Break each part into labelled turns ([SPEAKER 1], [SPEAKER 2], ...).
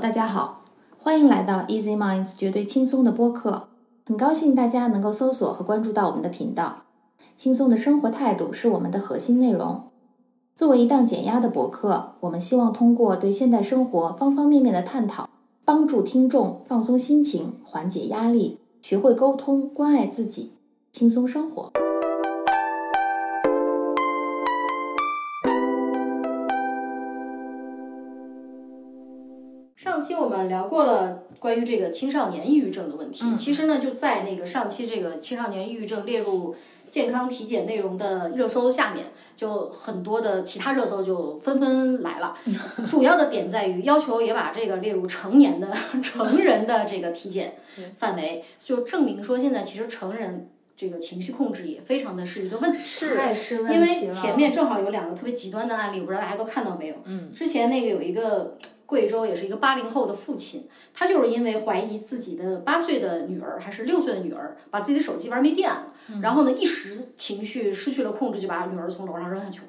[SPEAKER 1] 大家好，欢迎来到 Easy Minds 绝对轻松的播客。很高兴大家能够搜索和关注到我们的频道。轻松的生活态度是我们的核心内容。作为一档减压的博客，我们希望通过对现代生活方方面面的探讨，帮助听众放松心情、缓解压力、学会沟通、关爱自己，轻松生活。
[SPEAKER 2] 上期我们聊过了关于这个青少年抑郁症的问题，其实呢就在那个上期这个青少年抑郁症列入健康体检内容的热搜下面，就很多的其他热搜就纷纷来了。主要的点在于要求也把这个列入成年的成人的这个体检范围，就证明说现在其实成人这个情绪控制也非常的是一个问题。
[SPEAKER 1] 太是
[SPEAKER 2] 因为前面正好有两个特别极端的案例，我不知道大家都看到没有？嗯，之前那个有一个贵州也是一个八零后的父亲，他就是因为怀疑自己的八岁的女儿还是六岁的女儿把自己的手机玩没电了，然后呢一时情绪失去了控制，就把女儿从楼上扔下去了。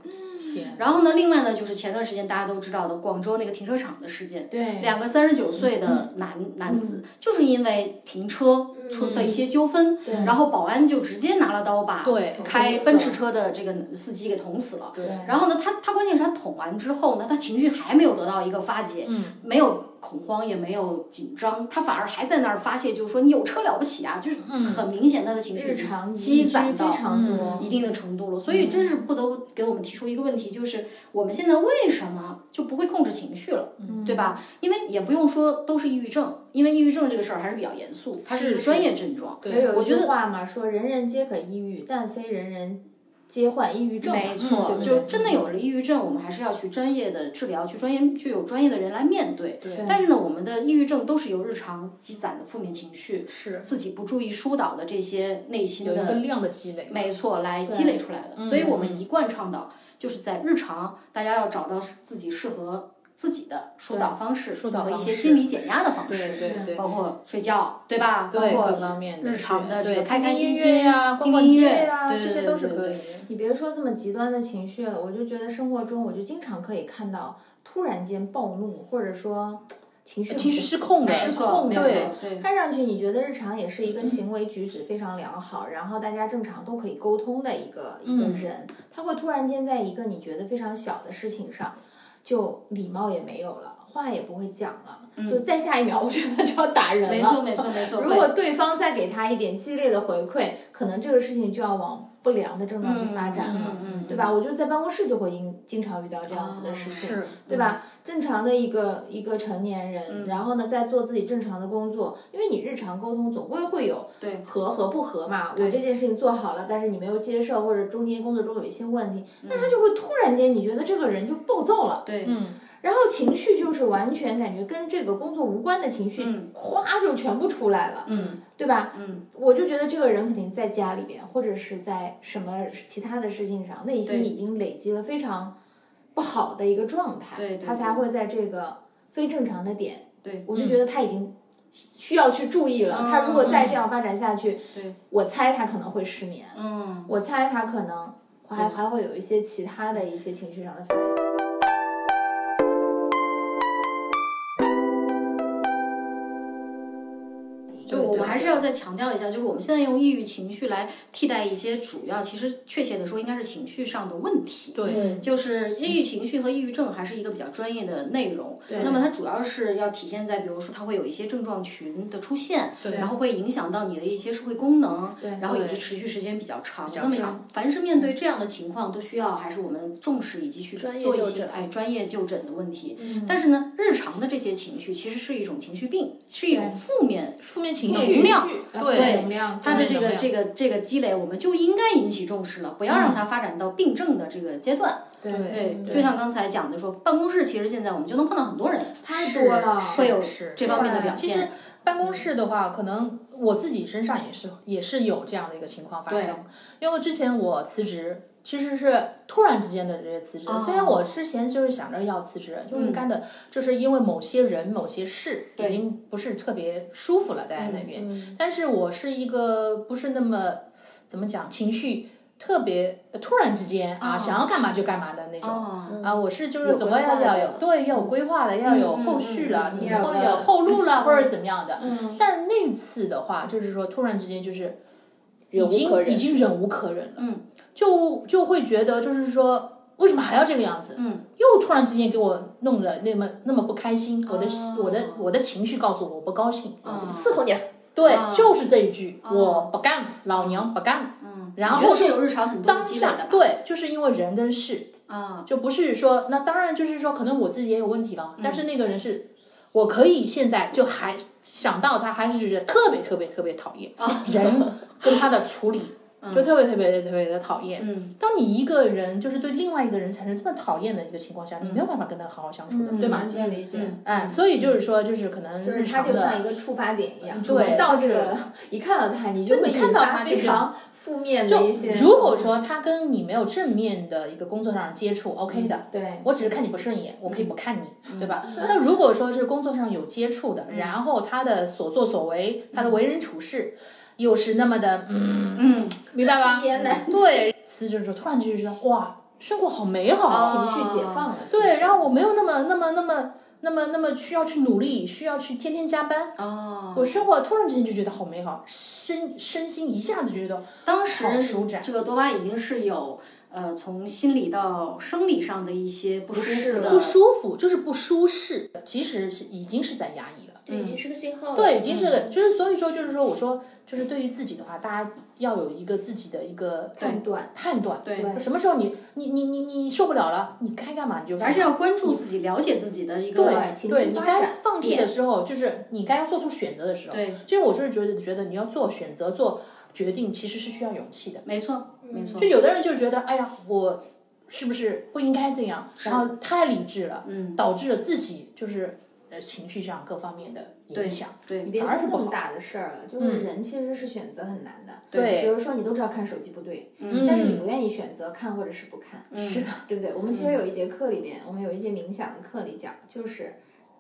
[SPEAKER 2] 然后呢，另外呢就是前段时间大家都知道的广州那个停车场的事件，
[SPEAKER 1] 对
[SPEAKER 2] 两个三十九岁的男、男子，就是因为停车出的一些纠纷，然后保安就直接拿了刀把
[SPEAKER 3] 对
[SPEAKER 2] 开
[SPEAKER 3] 捅死
[SPEAKER 2] 奔驰车的这个司机给捅死了。
[SPEAKER 3] 对
[SPEAKER 2] 然后呢，他他关键是他捅完之后呢，他情绪还没有得到一个发解，
[SPEAKER 1] 嗯
[SPEAKER 2] 没有恐慌，也没有紧张，他反而还在那儿发泄，就是说你有车了不起啊，就是很明显他的情绪
[SPEAKER 1] 嗯日常
[SPEAKER 2] 积攒
[SPEAKER 1] 非
[SPEAKER 2] 到
[SPEAKER 1] 常多，
[SPEAKER 2] 一定的程度了，所以真是不得不给我们提出一个问题，就是我们现在为什么就不会控制情绪了，
[SPEAKER 1] 嗯
[SPEAKER 2] 对吧？因为也不用说都是抑郁症，因为抑郁症这个事儿还是比较严肃，它是一个专业症状。
[SPEAKER 1] 还有
[SPEAKER 2] 我
[SPEAKER 1] 一
[SPEAKER 2] 觉
[SPEAKER 1] 句
[SPEAKER 2] 得
[SPEAKER 1] 话嘛，说人人皆可抑郁，但非人人皆患抑郁症嘛。
[SPEAKER 2] 没错，
[SPEAKER 1] 嗯
[SPEAKER 2] 就真的有了抑郁症，我们还是要去专业的治疗，去专业去有专业的人来面对。
[SPEAKER 3] 对
[SPEAKER 2] 但是呢，我们的抑郁症都是由日常积攒的负面情绪，
[SPEAKER 3] 是
[SPEAKER 2] 自己不注意疏导的这些内心
[SPEAKER 3] 有一个
[SPEAKER 2] 的
[SPEAKER 3] 量的积累，
[SPEAKER 2] 没错，来积累出来的。所以我们一贯倡导，就是在日常大家要找到自己适合自己的疏导方式
[SPEAKER 3] 疏导
[SPEAKER 2] 和一
[SPEAKER 3] 方
[SPEAKER 2] 些
[SPEAKER 3] 式
[SPEAKER 2] 心理减压的方
[SPEAKER 3] 对
[SPEAKER 2] 式，
[SPEAKER 3] 对对
[SPEAKER 2] 包括睡觉，对吧？包
[SPEAKER 3] 对各
[SPEAKER 2] 括
[SPEAKER 3] 方面
[SPEAKER 2] 日常的这
[SPEAKER 3] 对
[SPEAKER 2] 个开开心心
[SPEAKER 3] 啊听音乐呀、
[SPEAKER 2] 听
[SPEAKER 3] 逛逛
[SPEAKER 2] 音
[SPEAKER 3] 街
[SPEAKER 2] 乐
[SPEAKER 3] 呀，
[SPEAKER 2] 对
[SPEAKER 3] 这些
[SPEAKER 2] 对
[SPEAKER 3] 都
[SPEAKER 2] 对
[SPEAKER 3] 是可
[SPEAKER 2] 对
[SPEAKER 3] 以。
[SPEAKER 1] 你别说这么极端的情绪，我就觉得生活中我就经常可以看到突然间暴怒，或者说情绪
[SPEAKER 3] 呃情绪失控的，
[SPEAKER 2] 失控，
[SPEAKER 3] 控
[SPEAKER 2] 没
[SPEAKER 3] 的
[SPEAKER 2] 错，
[SPEAKER 3] 对，
[SPEAKER 2] 呃对。
[SPEAKER 1] 看上去你觉得日常也是一个行为举止非常良好，然后大家正常都可以沟通的一个一个
[SPEAKER 2] 嗯
[SPEAKER 1] 人，他会突然间在一个你觉得非常小的事情上，就礼貌也没有了，话也不会讲了，就再下一秒我觉得就要打人了。
[SPEAKER 2] 嗯没错，没错，没错。
[SPEAKER 1] 如果对方再给他一点激烈的回馈，可能这个事情就要往不良的症状去发展了，
[SPEAKER 2] 嗯嗯嗯嗯
[SPEAKER 1] 对吧？我就在办公室就会经经常遇到这样子的事情，
[SPEAKER 3] 是
[SPEAKER 1] 对
[SPEAKER 2] 嗯
[SPEAKER 1] 吧？正常的一个一个成年人，然后呢，在做自己正常的工作，因为你日常沟通总归会有
[SPEAKER 2] 对
[SPEAKER 1] 合和不合嘛。我这件事情做好了，但是你没有接受，或者中间工作中有一些问题，那他就会突然间你觉得这个人就暴躁了，
[SPEAKER 2] 嗯对，
[SPEAKER 1] 然后情绪就是完全感觉跟这个工作无关的情绪，咵就全部出来了，
[SPEAKER 2] 嗯，
[SPEAKER 1] 对吧？
[SPEAKER 2] 嗯，
[SPEAKER 1] 我就觉得这个人肯定在家里边，或者是在什么其他的事情上，内心已经累积了非常不好的一个状态，
[SPEAKER 2] 对对
[SPEAKER 1] 他才会在这个非正常的点，
[SPEAKER 2] 对嗯
[SPEAKER 1] 我就觉得他已经需要去注意了。他如果再这样发展下去，
[SPEAKER 2] 对，
[SPEAKER 1] 我猜他可能会失眠，
[SPEAKER 2] 嗯，
[SPEAKER 1] 我猜他可能还还会有一些其他的一些情绪上的反应。
[SPEAKER 2] 就我们还是要再强调一下，就是我们现在用抑郁情绪来替代一些主要，其实确切的说，应该是情绪上的问题。
[SPEAKER 3] 对，
[SPEAKER 2] 就是抑郁情绪和抑郁症还是一个比较专业的内容。
[SPEAKER 1] 对
[SPEAKER 2] 那么它主要是要体现在，比如说它会有一些症状群的出现，
[SPEAKER 3] 对
[SPEAKER 2] 然后会影响到你的一些社会功能，
[SPEAKER 1] 对
[SPEAKER 2] 然后以及
[SPEAKER 3] 对
[SPEAKER 2] 持续时间比较长。
[SPEAKER 3] 较
[SPEAKER 2] 那么也
[SPEAKER 3] 长
[SPEAKER 2] 凡是面对这样的情况，都需要还是我们重视以及去
[SPEAKER 4] 专业
[SPEAKER 2] 做一
[SPEAKER 4] 就
[SPEAKER 2] 些
[SPEAKER 4] 诊
[SPEAKER 2] 哎专业就诊的问题。但是呢，日常的这些情绪其实是一种情绪病，是一种负面
[SPEAKER 3] 负面情
[SPEAKER 2] 能
[SPEAKER 3] 绪
[SPEAKER 2] 量
[SPEAKER 1] 呃
[SPEAKER 3] 对
[SPEAKER 1] 负能量，
[SPEAKER 2] 它的
[SPEAKER 1] 对
[SPEAKER 2] 这个
[SPEAKER 3] 能量
[SPEAKER 2] 这个这个积累，我们就应该引起重视了，不要让它发展到病症的这个阶
[SPEAKER 3] 嗯
[SPEAKER 2] 段。
[SPEAKER 1] 对
[SPEAKER 2] 对，就像刚才讲的说，办公室其实现在我们就能碰到很多人
[SPEAKER 1] 太多了，
[SPEAKER 2] 会有
[SPEAKER 3] 啊是
[SPEAKER 2] 这方面的表
[SPEAKER 3] 其实
[SPEAKER 2] 现。
[SPEAKER 3] 办公室的话，可能我自己身上也是也是有这样的一个情况发
[SPEAKER 2] 对
[SPEAKER 3] 生，因为之前我辞职。其实是突然之间的这些辞职，
[SPEAKER 2] 哦
[SPEAKER 3] 虽然我之前就是想着要辞职，就应该的，就是因为某些人、某些事
[SPEAKER 2] 嗯
[SPEAKER 3] 已
[SPEAKER 2] 对嗯
[SPEAKER 3] 经不是特别舒服了，待在那边。但是我是一个不是那么怎么讲情绪特别呃突然之间啊，
[SPEAKER 2] 哦
[SPEAKER 3] 想要干嘛就干嘛的那种。
[SPEAKER 2] 哦，
[SPEAKER 3] 啊，我是就
[SPEAKER 5] 有
[SPEAKER 3] 是怎
[SPEAKER 5] 规
[SPEAKER 3] 么
[SPEAKER 5] 划
[SPEAKER 3] 要
[SPEAKER 5] 的
[SPEAKER 3] 要有对要有规划的，要有
[SPEAKER 2] 嗯
[SPEAKER 3] 后
[SPEAKER 2] 嗯
[SPEAKER 3] 续
[SPEAKER 2] 嗯
[SPEAKER 3] 了，
[SPEAKER 2] 嗯
[SPEAKER 3] 你
[SPEAKER 5] 要
[SPEAKER 3] 后面
[SPEAKER 5] 有
[SPEAKER 3] 有后路了，或者怎么样的。
[SPEAKER 2] 嗯
[SPEAKER 3] 但那次的话，就是说突然之间就是已
[SPEAKER 1] 忍无可
[SPEAKER 3] 经
[SPEAKER 1] 忍
[SPEAKER 3] 已经忍无可忍了，
[SPEAKER 2] 嗯，
[SPEAKER 3] 就就会觉得就是说为什么还要这个样子？
[SPEAKER 2] 嗯，
[SPEAKER 3] 又突然之间给我弄得那么那么不开心，我的
[SPEAKER 2] 哦
[SPEAKER 3] 我的我的情绪告诉我我不高兴，
[SPEAKER 1] 怎么伺候你啊？
[SPEAKER 3] 对
[SPEAKER 2] 哦，
[SPEAKER 3] 就是这一句，
[SPEAKER 2] 哦
[SPEAKER 3] 我不干了，老娘不干了。
[SPEAKER 2] 嗯，
[SPEAKER 3] 然后
[SPEAKER 2] 你觉得是有日常很多
[SPEAKER 3] 当
[SPEAKER 2] 积累的
[SPEAKER 3] 下
[SPEAKER 2] 吧？
[SPEAKER 3] 对，就是因为人跟事，
[SPEAKER 2] 啊，
[SPEAKER 3] 就不是说，那当然就是说，可能我自己也有问题
[SPEAKER 1] 嗯
[SPEAKER 3] 了，但是那个人是，我可以现在就还想到他，还是觉得特别特别特别讨厌、
[SPEAKER 1] 哦
[SPEAKER 3] 人跟他的处理，
[SPEAKER 1] 嗯
[SPEAKER 3] 就特别特别特别的讨厌。
[SPEAKER 2] 嗯，
[SPEAKER 3] 当你一个人就是对另外一个人产生这么讨厌的一个情况下，你没有
[SPEAKER 1] 嗯
[SPEAKER 3] 办法跟他好好相处的，对吗？
[SPEAKER 1] 完全理解，
[SPEAKER 2] 嗯
[SPEAKER 3] 哎，所以就是说，就是可能
[SPEAKER 1] 嗯就是
[SPEAKER 3] 日
[SPEAKER 1] 他
[SPEAKER 3] 常
[SPEAKER 1] 就
[SPEAKER 3] 的，
[SPEAKER 1] 像一个触发点一样，
[SPEAKER 3] 对
[SPEAKER 1] 你到这
[SPEAKER 3] 就
[SPEAKER 1] 个一看到他，你就
[SPEAKER 3] 就
[SPEAKER 1] 会
[SPEAKER 3] 你看
[SPEAKER 1] 引
[SPEAKER 3] 到
[SPEAKER 1] 发
[SPEAKER 3] 他
[SPEAKER 1] 非
[SPEAKER 3] 就是
[SPEAKER 1] 常负面的一些。
[SPEAKER 3] 就如果说他跟你没有正面的一个工作上的接触，OK
[SPEAKER 1] 嗯
[SPEAKER 3] 的，
[SPEAKER 1] 对，
[SPEAKER 3] 我只是看你不顺眼，我可以不看你，对吧？那如果说是工作上有接触的，然后他的所作所为，他的为人处事，又是那么的，嗯，
[SPEAKER 2] 嗯，
[SPEAKER 3] 明白吧
[SPEAKER 1] 一言难？
[SPEAKER 3] 对，辞职的时候突然就觉得哇，生活好美好，
[SPEAKER 2] 哦
[SPEAKER 1] 情绪解放了。
[SPEAKER 3] 对，然
[SPEAKER 1] 后
[SPEAKER 3] 后我没有那么那么那么那么那么需要去努力，需要去天天加班。
[SPEAKER 2] 哦，
[SPEAKER 3] 我生活突然之间就觉得好美好，身身心一下子觉得
[SPEAKER 2] 当
[SPEAKER 3] 好
[SPEAKER 2] 时
[SPEAKER 3] 舒展
[SPEAKER 2] 嗯这个多巴已经是有呃从心理到生理上的一些不舒服的
[SPEAKER 3] 不舒服，就是不舒适，其实是已经是在压抑了。
[SPEAKER 1] 这已经是个信号了。嗯
[SPEAKER 3] 对，已经是个，就是所以说，就是说，我说，就是对于自己的话，大家要有一个自己的一个
[SPEAKER 1] 判断，
[SPEAKER 3] 判断，
[SPEAKER 2] 对
[SPEAKER 3] 就什么时候你你你你你受不了了，你该干嘛你就干嘛
[SPEAKER 2] 还是要关注自己、了解自己的一个
[SPEAKER 1] 对
[SPEAKER 3] 对
[SPEAKER 1] 情
[SPEAKER 3] 对，
[SPEAKER 1] 绪
[SPEAKER 3] 你
[SPEAKER 1] 发
[SPEAKER 3] 该
[SPEAKER 1] 展
[SPEAKER 3] 放弃的时候，就是你该做出选择的时候，
[SPEAKER 2] 对，
[SPEAKER 3] 就是我就是觉得觉得你要做选择、做决定，其实是需要勇气的。
[SPEAKER 2] 没错，没错
[SPEAKER 3] 就，有的人就觉得，哎呀，我是不是不应该这样？然后太理智了，
[SPEAKER 2] 嗯，
[SPEAKER 3] 导致了自己就是呃情绪上各方面的影响。
[SPEAKER 2] 对
[SPEAKER 1] 你别
[SPEAKER 3] 反而
[SPEAKER 1] 说这
[SPEAKER 3] 是不好嗯
[SPEAKER 1] 么大的事儿了，就是人其实是选择很难的。
[SPEAKER 3] 对
[SPEAKER 1] 比如说你都知道看手机不对，
[SPEAKER 2] 嗯
[SPEAKER 1] 但是你不愿意选择看或者是不看，
[SPEAKER 3] 嗯
[SPEAKER 2] 是
[SPEAKER 1] 的，对不对？我们其实有一节课里面，我们有一节冥想的课里讲，就是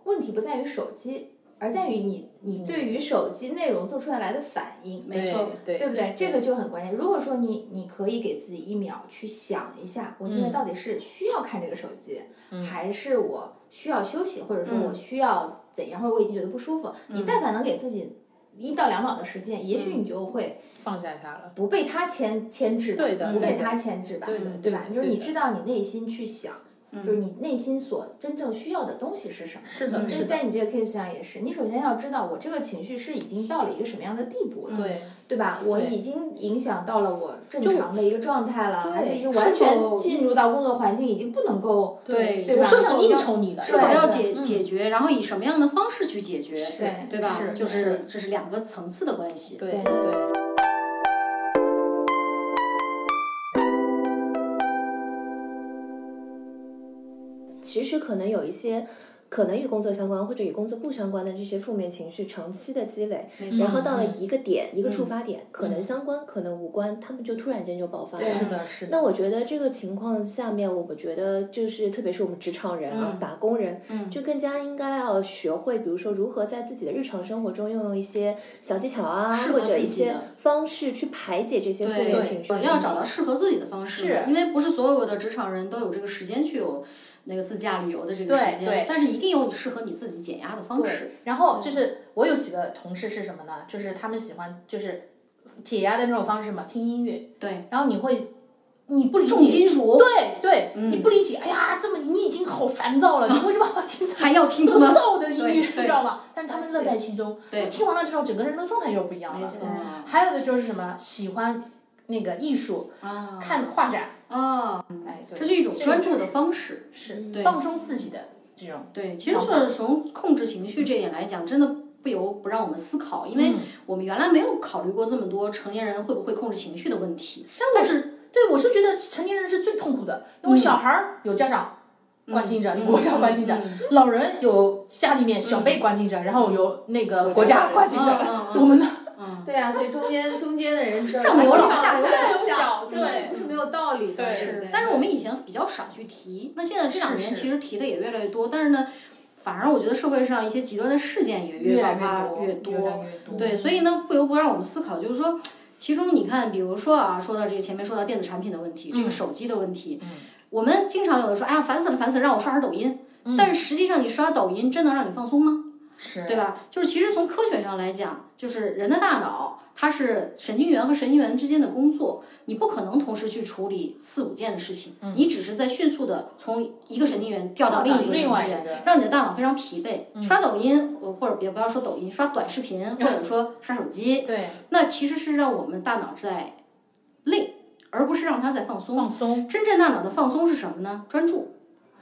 [SPEAKER 1] 问题不在于手机，而在于你你对于手机内容做出来的反应。
[SPEAKER 2] 没错，
[SPEAKER 3] 对
[SPEAKER 1] 对不对？这个就很关键。如果说你你可以给自己一秒去想一下，我现在到底是需要看这个手机，还是我需要休息，或者说我需要怎样，或者我已经觉得不舒服。你但凡能给自己一到两秒的时间，也许你就会
[SPEAKER 3] 放下它了。
[SPEAKER 1] 不被它牵牵制吧，
[SPEAKER 3] 对的
[SPEAKER 1] 不
[SPEAKER 3] 对
[SPEAKER 1] 被
[SPEAKER 3] 的
[SPEAKER 1] 它牵制吧，
[SPEAKER 3] 对的
[SPEAKER 1] 对
[SPEAKER 3] 对
[SPEAKER 1] 吧？
[SPEAKER 3] 的
[SPEAKER 1] 就是
[SPEAKER 3] 对
[SPEAKER 1] 你
[SPEAKER 3] 的
[SPEAKER 1] 知道你内心去想，就是你内心所真正需要的东西是什么。
[SPEAKER 3] 是的，
[SPEAKER 1] 那
[SPEAKER 3] 是的，
[SPEAKER 1] 在你这个 case 上也是，你首先要知道我这个情绪是已经到了一个什么样的地步了，
[SPEAKER 3] 对。
[SPEAKER 1] 对吧？我
[SPEAKER 3] 对
[SPEAKER 1] 已经影响到了我正常的一个状态了，
[SPEAKER 3] 对
[SPEAKER 1] 还是已经完
[SPEAKER 2] 是
[SPEAKER 1] 全
[SPEAKER 2] 否
[SPEAKER 1] 进入到工作环境，已经不能够
[SPEAKER 2] 对
[SPEAKER 1] 对
[SPEAKER 2] 我
[SPEAKER 1] 吧？
[SPEAKER 3] 不想应酬你了，
[SPEAKER 2] 是否
[SPEAKER 1] 对
[SPEAKER 2] 要
[SPEAKER 1] 对
[SPEAKER 2] 解解决，然后以什么样的方式去解决，
[SPEAKER 1] 对
[SPEAKER 2] 对吧？
[SPEAKER 3] 嗯是
[SPEAKER 2] 就是这是两个层次的关系。
[SPEAKER 3] 对
[SPEAKER 1] 对
[SPEAKER 3] 对。
[SPEAKER 6] 其实可能有一些。可能与工作相关或者与工作不相关的这些负面情绪长期的积累，然后到了一个点、一个触发点，可能相关，可能无关，他们就突然间就爆发了。
[SPEAKER 3] 是的，是的。
[SPEAKER 6] 那我觉得这个情况下面，我觉得就是特别是我们职场人啊、
[SPEAKER 3] 嗯
[SPEAKER 6] 打工人，就更加应该要学会，比如说如何在自己的日常生活中用一些小技巧啊，
[SPEAKER 2] 适合
[SPEAKER 6] 或者
[SPEAKER 2] 自己
[SPEAKER 6] 一些
[SPEAKER 2] 的
[SPEAKER 6] 方式去排解这些负面情绪。
[SPEAKER 2] 要找到适合自己的方式，
[SPEAKER 3] 是
[SPEAKER 2] 因为不是所有的职场人都有这个时间去有那个自驾旅游的这个时间，
[SPEAKER 3] 对对
[SPEAKER 2] 但是一定有适合你自己减压的方式。
[SPEAKER 3] 然后就是我有几个同事是什么呢？就是他们喜欢就是解压的那种方式嘛，听音乐。
[SPEAKER 2] 对，
[SPEAKER 3] 然后你会，你不理解，
[SPEAKER 2] 重金属
[SPEAKER 3] 对对，
[SPEAKER 6] 嗯
[SPEAKER 3] 你不理解。哎呀，这么你已经好烦躁了，你为什么要听这么
[SPEAKER 2] 还要听
[SPEAKER 3] 这
[SPEAKER 2] 这
[SPEAKER 3] 么
[SPEAKER 2] 么
[SPEAKER 3] 燥的音乐，
[SPEAKER 2] 对
[SPEAKER 3] 你
[SPEAKER 2] 对
[SPEAKER 3] 知道吗？但是他们乐在其中，
[SPEAKER 2] 对
[SPEAKER 3] 听完了之后，整个人的状态又不一样
[SPEAKER 2] 没
[SPEAKER 3] 了
[SPEAKER 2] 错。
[SPEAKER 3] 嗯还有的就是什么喜欢那个艺术，
[SPEAKER 2] 啊
[SPEAKER 3] 看画展，
[SPEAKER 2] 啊，
[SPEAKER 3] 哎，对
[SPEAKER 2] 这是一种
[SPEAKER 3] 这个
[SPEAKER 2] 专注的方式。
[SPEAKER 3] 是
[SPEAKER 2] 对
[SPEAKER 3] 放松自己的这种。
[SPEAKER 2] 对，其实就是从控制情绪这点来讲，真的不由不让我们思考，因
[SPEAKER 3] 嗯
[SPEAKER 2] 为我们原来没有考虑过这么多成年人会不会控制情绪的问题。嗯但是
[SPEAKER 3] 对，我是觉得成年人是最痛苦的，
[SPEAKER 2] 嗯
[SPEAKER 3] 因为小孩儿有家长关心着，有国家关心
[SPEAKER 2] 嗯
[SPEAKER 3] 着，老人有家里面小辈关心着，然后有那个国家关心
[SPEAKER 2] 嗯
[SPEAKER 3] 着
[SPEAKER 2] 嗯，嗯
[SPEAKER 3] 我们呢
[SPEAKER 1] 对啊，所以中间中间的人上
[SPEAKER 2] 上有老
[SPEAKER 1] 下
[SPEAKER 2] 下有
[SPEAKER 3] 小对
[SPEAKER 1] 是没有道理的。
[SPEAKER 3] 对
[SPEAKER 1] 不
[SPEAKER 2] 嗯但是我们以前比较少去提，那现在这两年
[SPEAKER 3] 是是
[SPEAKER 2] 其实提的也越来越多，但是呢，反而我觉得社会上一些极端的事件也
[SPEAKER 3] 越
[SPEAKER 2] 爆
[SPEAKER 3] 来
[SPEAKER 2] 发
[SPEAKER 3] 越
[SPEAKER 2] 越
[SPEAKER 3] 多，越来越多。
[SPEAKER 2] 对，所以呢，不由不让我们思考，就是说，其中你看，比如说啊，说到这个前面说到电子产品的问题，这
[SPEAKER 3] 嗯
[SPEAKER 2] 个手机的问题，我们经常有人说，哎呀，烦死了，烦死了，让我刷刷抖音。
[SPEAKER 3] 嗯
[SPEAKER 2] 但是实际上，你刷抖音真能让你放松吗？
[SPEAKER 5] 是
[SPEAKER 2] 对吧？就是其实从科学上来讲，就是人的大脑它是神经元和神经元之间的工作，你不可能同时去处理四五件的事情，
[SPEAKER 3] 嗯
[SPEAKER 2] 你只是在迅速的从一个神经元调到另一个神
[SPEAKER 3] 另
[SPEAKER 2] 经
[SPEAKER 3] 外一
[SPEAKER 2] 元
[SPEAKER 3] 个，嗯
[SPEAKER 2] 让你的大脑非常疲惫。刷抖音，呃或者别不要说抖音，刷短视 频，或者说刷手机，
[SPEAKER 3] 对，
[SPEAKER 2] 那其实是让我们大脑在累，而不是让它在放松。
[SPEAKER 3] 放松。
[SPEAKER 2] 真正大脑的放松是什么呢？专注，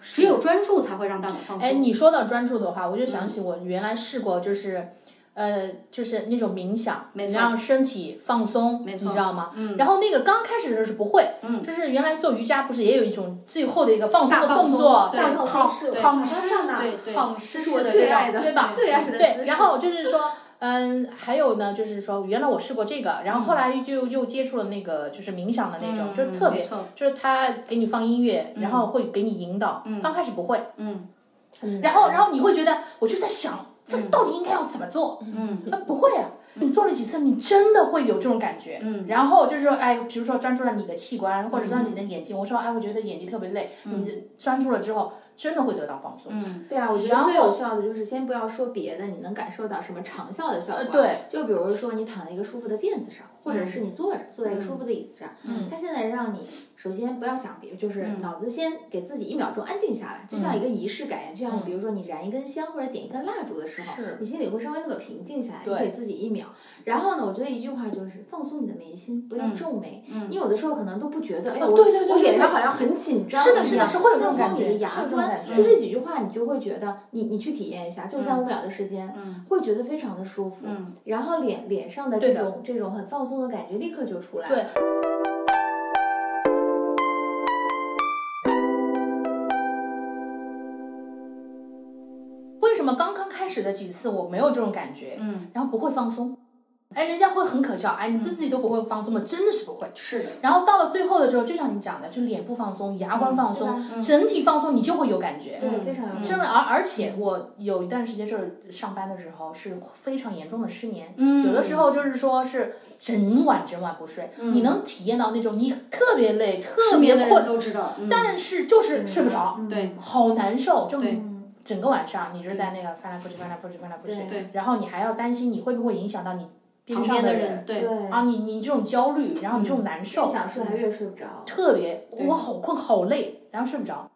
[SPEAKER 2] 只有专注才会让大脑放松。
[SPEAKER 3] 哎，你说到专注的话，我就想起我原来试过，就是，呃，就是那种冥想，
[SPEAKER 2] 没
[SPEAKER 3] 你
[SPEAKER 2] 错
[SPEAKER 3] 让身体放松，
[SPEAKER 2] 没
[SPEAKER 3] 你
[SPEAKER 2] 错
[SPEAKER 3] 知道吗？嗯。然后那个刚开始的时候是不会，嗯，就是原来做瑜伽不是也有一种最后的一个放松的
[SPEAKER 2] 大放
[SPEAKER 3] 动
[SPEAKER 2] 松
[SPEAKER 3] 作，
[SPEAKER 2] 对
[SPEAKER 1] 大放
[SPEAKER 3] 躺
[SPEAKER 1] 松是
[SPEAKER 3] 躺
[SPEAKER 1] 马上上哪儿
[SPEAKER 2] 对对
[SPEAKER 3] 躺
[SPEAKER 1] 这
[SPEAKER 3] 式
[SPEAKER 1] 是我
[SPEAKER 3] 的
[SPEAKER 1] 最
[SPEAKER 3] 这种
[SPEAKER 1] 爱的
[SPEAKER 3] 对吧？
[SPEAKER 1] 最爱的姿
[SPEAKER 3] 对，
[SPEAKER 1] 势
[SPEAKER 3] 然后就是说。嗯，还有呢，就是说，原来我试过这个，然后后来就又接触了那个，就是冥想的那种，
[SPEAKER 2] 嗯
[SPEAKER 3] 就是特别
[SPEAKER 2] 没错，
[SPEAKER 3] 就是他给你放音乐，然后会给你引导。刚开始不会，
[SPEAKER 2] 嗯
[SPEAKER 3] 然后，然后你会觉得，我就在想，这到底应该要怎么做？
[SPEAKER 2] 嗯，
[SPEAKER 3] 那不会啊，你做了几次，你真的会有这种感觉。
[SPEAKER 2] 嗯
[SPEAKER 3] 然后就是说，哎，比如说专注了你的器官，或者说你的眼睛，我说，哎，我觉得眼睛特别累，你专注了之后，真的会得到放松。
[SPEAKER 2] 嗯
[SPEAKER 1] 对啊，我觉
[SPEAKER 3] 然
[SPEAKER 1] 得最有
[SPEAKER 3] 后
[SPEAKER 1] 效的就是先不要说别的，你能感受到什么长效的效果。啊
[SPEAKER 3] 呃对，嗯
[SPEAKER 1] 就比如说你躺在一个舒服的垫子上，或者是你坐着坐在一个舒服的椅子上，它现在让你首先不要想别的，就是
[SPEAKER 3] 嗯
[SPEAKER 1] 脑子先给自己一秒钟安静下来，就像一个仪式感一样。就像比如说你燃一根香或者点一根蜡烛的时候
[SPEAKER 3] 嗯是，
[SPEAKER 1] 你心里会稍微那么平静下来，
[SPEAKER 3] 对
[SPEAKER 1] 你给自己一秒。然后呢，我觉得一句话就是放松你的眉心，不要皱眉。你有的时候可能都不觉得，哎呀，我
[SPEAKER 3] 嗯哦对对对
[SPEAKER 1] 我
[SPEAKER 3] 对
[SPEAKER 1] 脸
[SPEAKER 3] 对
[SPEAKER 1] 上好像很紧张一
[SPEAKER 3] 是
[SPEAKER 1] 样，
[SPEAKER 3] 的是的是会有这种
[SPEAKER 1] 放松
[SPEAKER 3] 感
[SPEAKER 1] 你的
[SPEAKER 3] 觉是有嗯
[SPEAKER 1] 牙
[SPEAKER 3] 这种
[SPEAKER 1] 关
[SPEAKER 3] 感，觉
[SPEAKER 1] 就这几句话，你就会觉得你你去体验一下，就三五秒的时间，
[SPEAKER 3] 嗯
[SPEAKER 1] 会觉得非常的舒服，
[SPEAKER 2] 嗯
[SPEAKER 1] 然后脸脸上的
[SPEAKER 3] 对
[SPEAKER 1] 这
[SPEAKER 3] 的
[SPEAKER 1] 种这种很放松的感觉立刻就出来了。
[SPEAKER 3] 对为什么刚刚开始的几次我没有这种感觉，
[SPEAKER 2] 嗯，
[SPEAKER 3] 然后不会放松？哎，人家会很可笑，哎，你自己都不会放松吗？真的是不
[SPEAKER 2] 嗯
[SPEAKER 3] 会。
[SPEAKER 2] 是的，
[SPEAKER 3] 然后到了最后的时候，就像你讲的，就脸部放松、牙关放松、
[SPEAKER 1] 对
[SPEAKER 3] 整体放松，你就会有感觉。
[SPEAKER 1] 对，非常有
[SPEAKER 3] 真的，而而且我有一段时间就是上班的时候是非常严重的失眠，
[SPEAKER 2] 嗯嗯
[SPEAKER 3] 有的时候就是说是整晚整晚不睡，你能体验到那种你特别累、特
[SPEAKER 2] 失
[SPEAKER 3] 别
[SPEAKER 2] 眠的人
[SPEAKER 3] 困，
[SPEAKER 2] 都知道，嗯
[SPEAKER 3] 但是就是睡不着，
[SPEAKER 2] 对，
[SPEAKER 3] 好难受，就
[SPEAKER 2] 对
[SPEAKER 3] 整个晚上你就是在那个翻来覆去、翻来覆去、翻来覆去，
[SPEAKER 2] 对，
[SPEAKER 3] 然后你还要担心你会不会影响到你边
[SPEAKER 2] 旁
[SPEAKER 3] 上
[SPEAKER 2] 边的
[SPEAKER 3] 人
[SPEAKER 2] 人，对，嗯
[SPEAKER 3] 啊，你你这种焦虑，然后你这种难受，
[SPEAKER 1] 越想睡还越睡不着。
[SPEAKER 3] 特别
[SPEAKER 2] 对
[SPEAKER 3] 我好困好累，然后睡不着。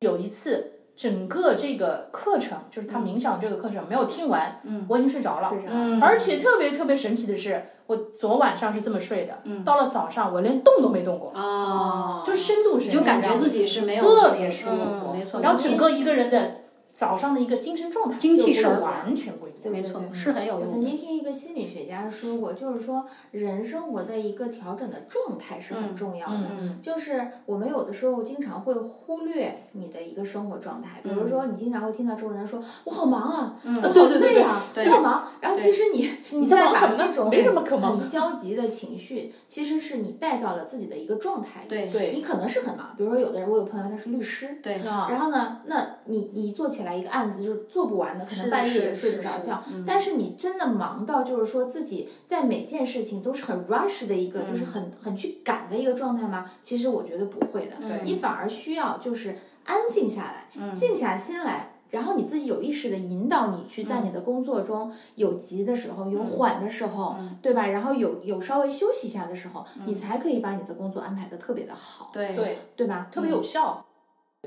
[SPEAKER 3] 有一次，整个这个课程就是他冥想这个课程没有听完，
[SPEAKER 2] 嗯，
[SPEAKER 3] 我已经睡着了。
[SPEAKER 1] 睡着了，
[SPEAKER 2] 嗯，
[SPEAKER 3] 而且特别特别神奇的是，我昨晚上是这么睡的，
[SPEAKER 2] 嗯
[SPEAKER 3] 到了早上我连动都没动过，
[SPEAKER 2] 哦，
[SPEAKER 3] 就深度睡
[SPEAKER 2] 你
[SPEAKER 3] 眠，
[SPEAKER 2] 就感觉自己是没有
[SPEAKER 3] 特别舒服，
[SPEAKER 2] 嗯没错，
[SPEAKER 3] 然后整个一个人的早上的一个精神状态、
[SPEAKER 2] 精气神儿
[SPEAKER 3] 完全不一样。
[SPEAKER 2] 没
[SPEAKER 1] 对
[SPEAKER 2] 错
[SPEAKER 1] 对
[SPEAKER 2] 是很有
[SPEAKER 1] 我
[SPEAKER 2] 用
[SPEAKER 1] 曾
[SPEAKER 2] 的，
[SPEAKER 1] 经听一个心理学家说过，就是说人生活的一个调整的状态是很重要的。
[SPEAKER 3] 嗯
[SPEAKER 1] 就是我们有的时候经常会忽略你的一个生活状态，比如说你经常会听到周围人说“我好忙啊，
[SPEAKER 2] 嗯
[SPEAKER 1] 我好
[SPEAKER 3] 嗯对对对
[SPEAKER 1] 累啊，
[SPEAKER 2] 对
[SPEAKER 1] 我好忙”，然后其实你
[SPEAKER 3] 你在
[SPEAKER 1] 在
[SPEAKER 3] 忙什
[SPEAKER 1] 把
[SPEAKER 3] 么呢
[SPEAKER 1] 这种
[SPEAKER 3] 没什么可忙的
[SPEAKER 1] 很焦急的情绪，其实是你带到了自己的一个状态里。
[SPEAKER 2] 嗯对
[SPEAKER 3] 对
[SPEAKER 1] 你可能是很忙，比如说有的人，我有朋友他是律师，
[SPEAKER 2] 对，
[SPEAKER 3] 啊，
[SPEAKER 1] 然后呢，那你你做起来一个案子就是做不完的，可
[SPEAKER 3] 是
[SPEAKER 1] 能半夜
[SPEAKER 3] 是
[SPEAKER 1] 也睡
[SPEAKER 3] 是
[SPEAKER 1] 不着
[SPEAKER 3] 是嗯
[SPEAKER 1] 觉。但是你真的忙到就是说自己在每件事情都是很 rush 的一个，就是
[SPEAKER 3] 嗯
[SPEAKER 1] 很很去赶的一个状态吗？其实我觉得不会的，你反而需要就是安静下来，
[SPEAKER 3] 嗯
[SPEAKER 1] 静下心来。然后你自己有意识的引导你去在你的工作中
[SPEAKER 3] 嗯
[SPEAKER 1] 有急的时候，有缓的时候，对吧？然后有有稍微休息一下的时候，
[SPEAKER 3] 嗯
[SPEAKER 1] 你才可以把你的工作安排的特别的好，
[SPEAKER 2] 对
[SPEAKER 3] 对，
[SPEAKER 1] 对吧？嗯
[SPEAKER 3] 特别有效。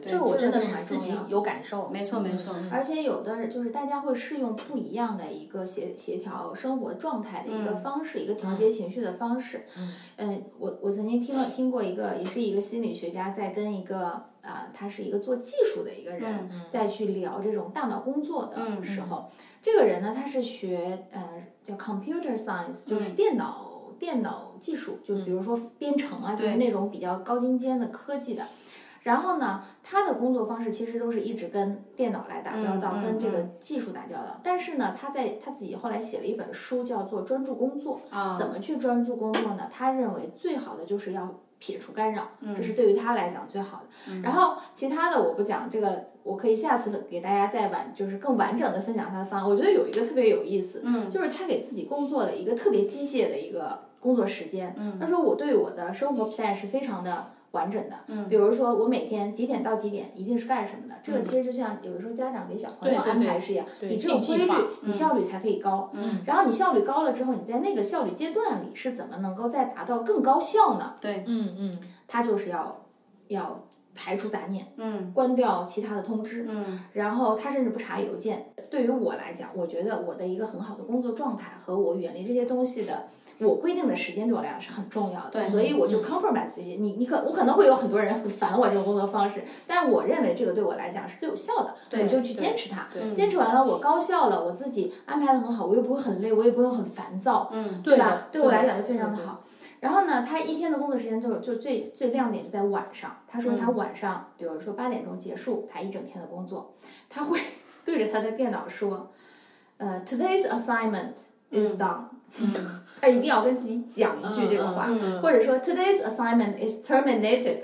[SPEAKER 3] 这个我真的是自己有感受，
[SPEAKER 2] 没错没错，嗯
[SPEAKER 1] 而且有的人就是大家会适用不一样的一个协协调生活状态的一
[SPEAKER 2] 嗯
[SPEAKER 1] 个方式，一个调节情绪的方式。
[SPEAKER 3] 嗯
[SPEAKER 1] 我我曾经听了听过一个，也是一个心理学家在跟一个啊、他是一个做技术的一个人、
[SPEAKER 2] 嗯
[SPEAKER 1] 在去聊这种大脑工作的
[SPEAKER 2] 嗯
[SPEAKER 1] 时候，这个人呢他是学呃叫 computer science，就是
[SPEAKER 2] 嗯
[SPEAKER 1] 电脑。电脑技术，就比如说编程啊，就是
[SPEAKER 2] 对
[SPEAKER 1] 那种比较高精尖的科技的。然后呢，他的工作方式其实都是一直跟电脑来打交道，
[SPEAKER 2] 嗯嗯
[SPEAKER 1] 跟这个技术打交道。但是呢，他在他自己后来写了一本书，叫做《专注工作》。
[SPEAKER 2] 啊
[SPEAKER 1] 怎么去专注工作呢？他认为最好的就是要撇除干扰，
[SPEAKER 2] 嗯
[SPEAKER 1] 这是对于他来讲最好的。然后其他的我不讲，这个我可以下次给大家再完，就是更完整的分享他的方案。我觉得有一个特别有意思，
[SPEAKER 2] 嗯
[SPEAKER 1] 就是他给自己工作了一个特别机械的一个工作时间。
[SPEAKER 3] 嗯
[SPEAKER 1] 他说我对我的生活 plan 是非常的。完整的，
[SPEAKER 3] 嗯
[SPEAKER 1] 比如说我每天几点到几点一定是干什么的，这个其实就像有的时候家长给小朋友
[SPEAKER 3] 对对
[SPEAKER 1] 安排
[SPEAKER 3] 对
[SPEAKER 1] 是一样，
[SPEAKER 3] 对
[SPEAKER 1] 你只有
[SPEAKER 3] 定
[SPEAKER 1] 规
[SPEAKER 3] 计
[SPEAKER 1] 律
[SPEAKER 3] 划，嗯
[SPEAKER 1] 你效率才可以高。
[SPEAKER 2] 嗯，
[SPEAKER 1] 然后你效率高了之后，你在那个效率阶段里是怎么能够再达到更高效呢？
[SPEAKER 2] 对，
[SPEAKER 3] 嗯嗯，
[SPEAKER 1] 他就是要要排除杂念，
[SPEAKER 2] 嗯
[SPEAKER 1] 关掉其他的通知，
[SPEAKER 2] 嗯
[SPEAKER 1] 然后他甚至不查邮件。对于我来讲，我觉得我的一个很好的工作状态和我远离这些东西的。我规定的时间对我来讲是很重要的，
[SPEAKER 2] 对
[SPEAKER 1] 所以我就 compromise 这些。你你可我可能会有很多人很烦我这种工作方式，但是我认为这个对我来讲是最有效的，
[SPEAKER 2] 对
[SPEAKER 1] 我就去
[SPEAKER 2] 对
[SPEAKER 1] 坚持它。
[SPEAKER 2] 嗯
[SPEAKER 1] 坚持完了，我高效了，我自己安排的很好，我又不会很累，我也不用很烦躁，
[SPEAKER 2] 嗯
[SPEAKER 1] 对
[SPEAKER 3] 对
[SPEAKER 1] 吧
[SPEAKER 3] 的？
[SPEAKER 1] 对我来讲就非常的好。然后呢，他一天的工作时间就就最最亮点就在晚上。他说他晚上，比如说八点钟结束他一整天的工作，他会对着他的电脑说，呃，today's assignment
[SPEAKER 2] 嗯
[SPEAKER 1] is done。他嗯一定要跟自己讲一句这个话，
[SPEAKER 2] 嗯，
[SPEAKER 1] 或者说 today's assignment is terminated，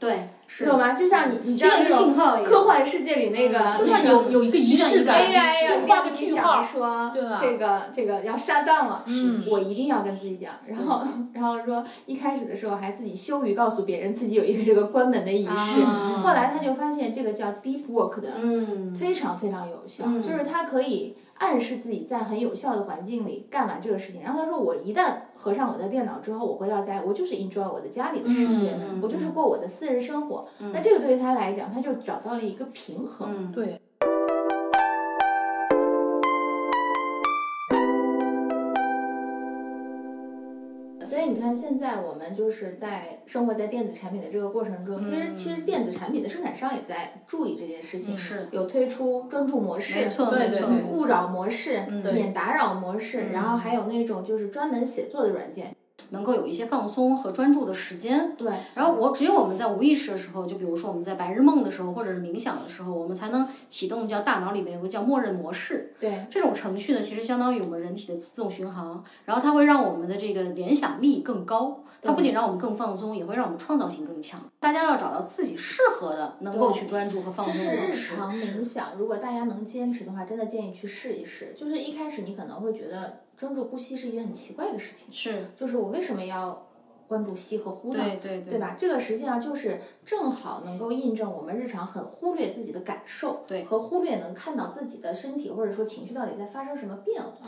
[SPEAKER 2] 对，是
[SPEAKER 1] 懂吗？就像你你知道那
[SPEAKER 2] 变个信
[SPEAKER 1] 种
[SPEAKER 2] 号嗯一样，
[SPEAKER 1] 科幻世界里那
[SPEAKER 2] 嗯
[SPEAKER 1] 个，
[SPEAKER 3] 就像有有一个仪式感，
[SPEAKER 1] 嗯哎呀呀，
[SPEAKER 3] 画个句号，
[SPEAKER 1] 说
[SPEAKER 3] 对吧
[SPEAKER 1] 这个这个要杀当了，
[SPEAKER 3] 嗯
[SPEAKER 1] 我一定要跟自己讲。然后然后说一开始的时候还自己羞于告诉别人自己有一个这个关门的仪式，
[SPEAKER 2] 啊
[SPEAKER 1] 后来他就发现这个叫 deep work 的。
[SPEAKER 2] 嗯
[SPEAKER 1] 非常非常有效，
[SPEAKER 2] 嗯
[SPEAKER 1] 就是他可以暗示自己在很有效的环境里干完这个事情。然后他说，我一旦合上我的电脑之后，我回到家里，我就是 enjoy 我的家里的世界，
[SPEAKER 2] 嗯嗯
[SPEAKER 1] 我就是过我的私人生活。
[SPEAKER 2] 嗯
[SPEAKER 1] 那这个对于他来讲，他就找到了一个平衡。
[SPEAKER 2] 嗯
[SPEAKER 3] 对，
[SPEAKER 1] 所以你看，现在我们就是在生活在电子产品的这个过程
[SPEAKER 2] 嗯
[SPEAKER 1] 中，其实其实电子产品的生产商也在注意这件事情，
[SPEAKER 2] 是
[SPEAKER 1] 有推出专注模式，
[SPEAKER 2] 嗯没错
[SPEAKER 3] 对
[SPEAKER 2] 没
[SPEAKER 3] 对
[SPEAKER 2] 错，
[SPEAKER 3] 对
[SPEAKER 1] 勿扰模式、
[SPEAKER 2] 嗯对
[SPEAKER 1] 免打扰模式，
[SPEAKER 2] 嗯
[SPEAKER 1] 然后还有那种就是专门写作的软件。
[SPEAKER 2] 能够有一些放松和专注的时间，
[SPEAKER 1] 对，
[SPEAKER 2] 然后我只有我们在无意识的时候，就比如说我们在白日梦的时候，或者是冥想的时候，我们才能启动叫大脑里面有个叫默认模式。
[SPEAKER 1] 对，
[SPEAKER 2] 这种程序呢，其实相当于我们人体的自动巡航，然后它会让我们的这个联想力更高。它不仅让我们更放松，也会让我们创造性更强。大家要找到自己适合的，能够去专注和放
[SPEAKER 1] 其
[SPEAKER 2] 松
[SPEAKER 1] 实
[SPEAKER 2] 的模
[SPEAKER 1] 日
[SPEAKER 2] 式。
[SPEAKER 1] 常冥想，如果大家能坚持的话，真的建议去试一试。就是一开始你可能会觉得专注呼吸是一件很奇怪的事情，
[SPEAKER 2] 是，
[SPEAKER 1] 就是我为什么要关注吸和呼呢？
[SPEAKER 2] 对对
[SPEAKER 1] 对吧？这个实际上就是正好能够印证我们日常很忽略自己的感受，
[SPEAKER 2] 对
[SPEAKER 1] 和忽略能看到自己的身体或者说情绪到底在发生什么变化，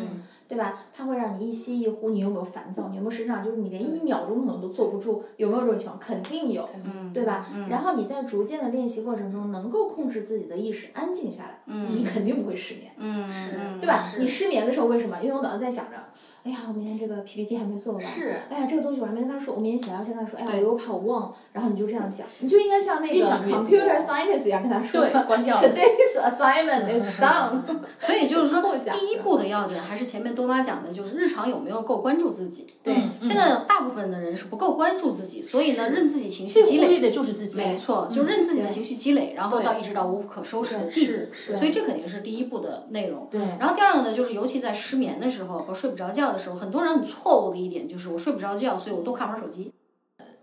[SPEAKER 1] 对，吧？它会让你一吸一呼，你有没有烦躁？你有没有身上就是你连一秒钟可能都坐不住？有没有这种情况？肯定有，
[SPEAKER 2] 嗯
[SPEAKER 1] 对吧？
[SPEAKER 2] 嗯
[SPEAKER 1] 然后你在逐渐的练习过程中，能够控制自己的意识，安静下来，
[SPEAKER 2] 嗯
[SPEAKER 1] 你肯定不会失眠。
[SPEAKER 2] 嗯，嗯
[SPEAKER 1] 对吧？
[SPEAKER 6] 是
[SPEAKER 1] 你失眠的时候为什么？因为我脑子在想着，哎呀，我明天这个 PPT 还没做完，
[SPEAKER 6] 是
[SPEAKER 1] 哎呀，这个东西我还没跟他说，我明天起来要先跟他说，哎呀，
[SPEAKER 2] 对
[SPEAKER 1] 我又怕我忘，然后你就这样想，你就应该像那
[SPEAKER 3] 越
[SPEAKER 1] 个
[SPEAKER 3] 想越多
[SPEAKER 1] computer scientist 一样跟他说，
[SPEAKER 3] 对关掉了
[SPEAKER 1] Today's assignment is done。
[SPEAKER 2] 所以就是说，
[SPEAKER 1] 构想
[SPEAKER 2] 第一步的要点还是前面多妈讲的，就是日常有没有够关注自己。
[SPEAKER 1] 对
[SPEAKER 3] 嗯
[SPEAKER 2] 现在大部分的人是不够关注自己，所以呢，认自己情绪
[SPEAKER 3] 最
[SPEAKER 2] 积
[SPEAKER 3] 忽
[SPEAKER 2] 累，
[SPEAKER 3] 略的就是自己，
[SPEAKER 2] 没错，就认自己的
[SPEAKER 1] 对
[SPEAKER 2] 情绪积累，然后
[SPEAKER 3] 对
[SPEAKER 2] 到一直到无可收拾的地
[SPEAKER 1] 是是
[SPEAKER 2] 步，所以这肯定是第一步的内容。
[SPEAKER 1] 对
[SPEAKER 2] 然后第二个呢，就是尤其在失眠的时候和睡不着觉的时候，很多人很错误的一点就是我睡不着觉，所以我多看会儿手机。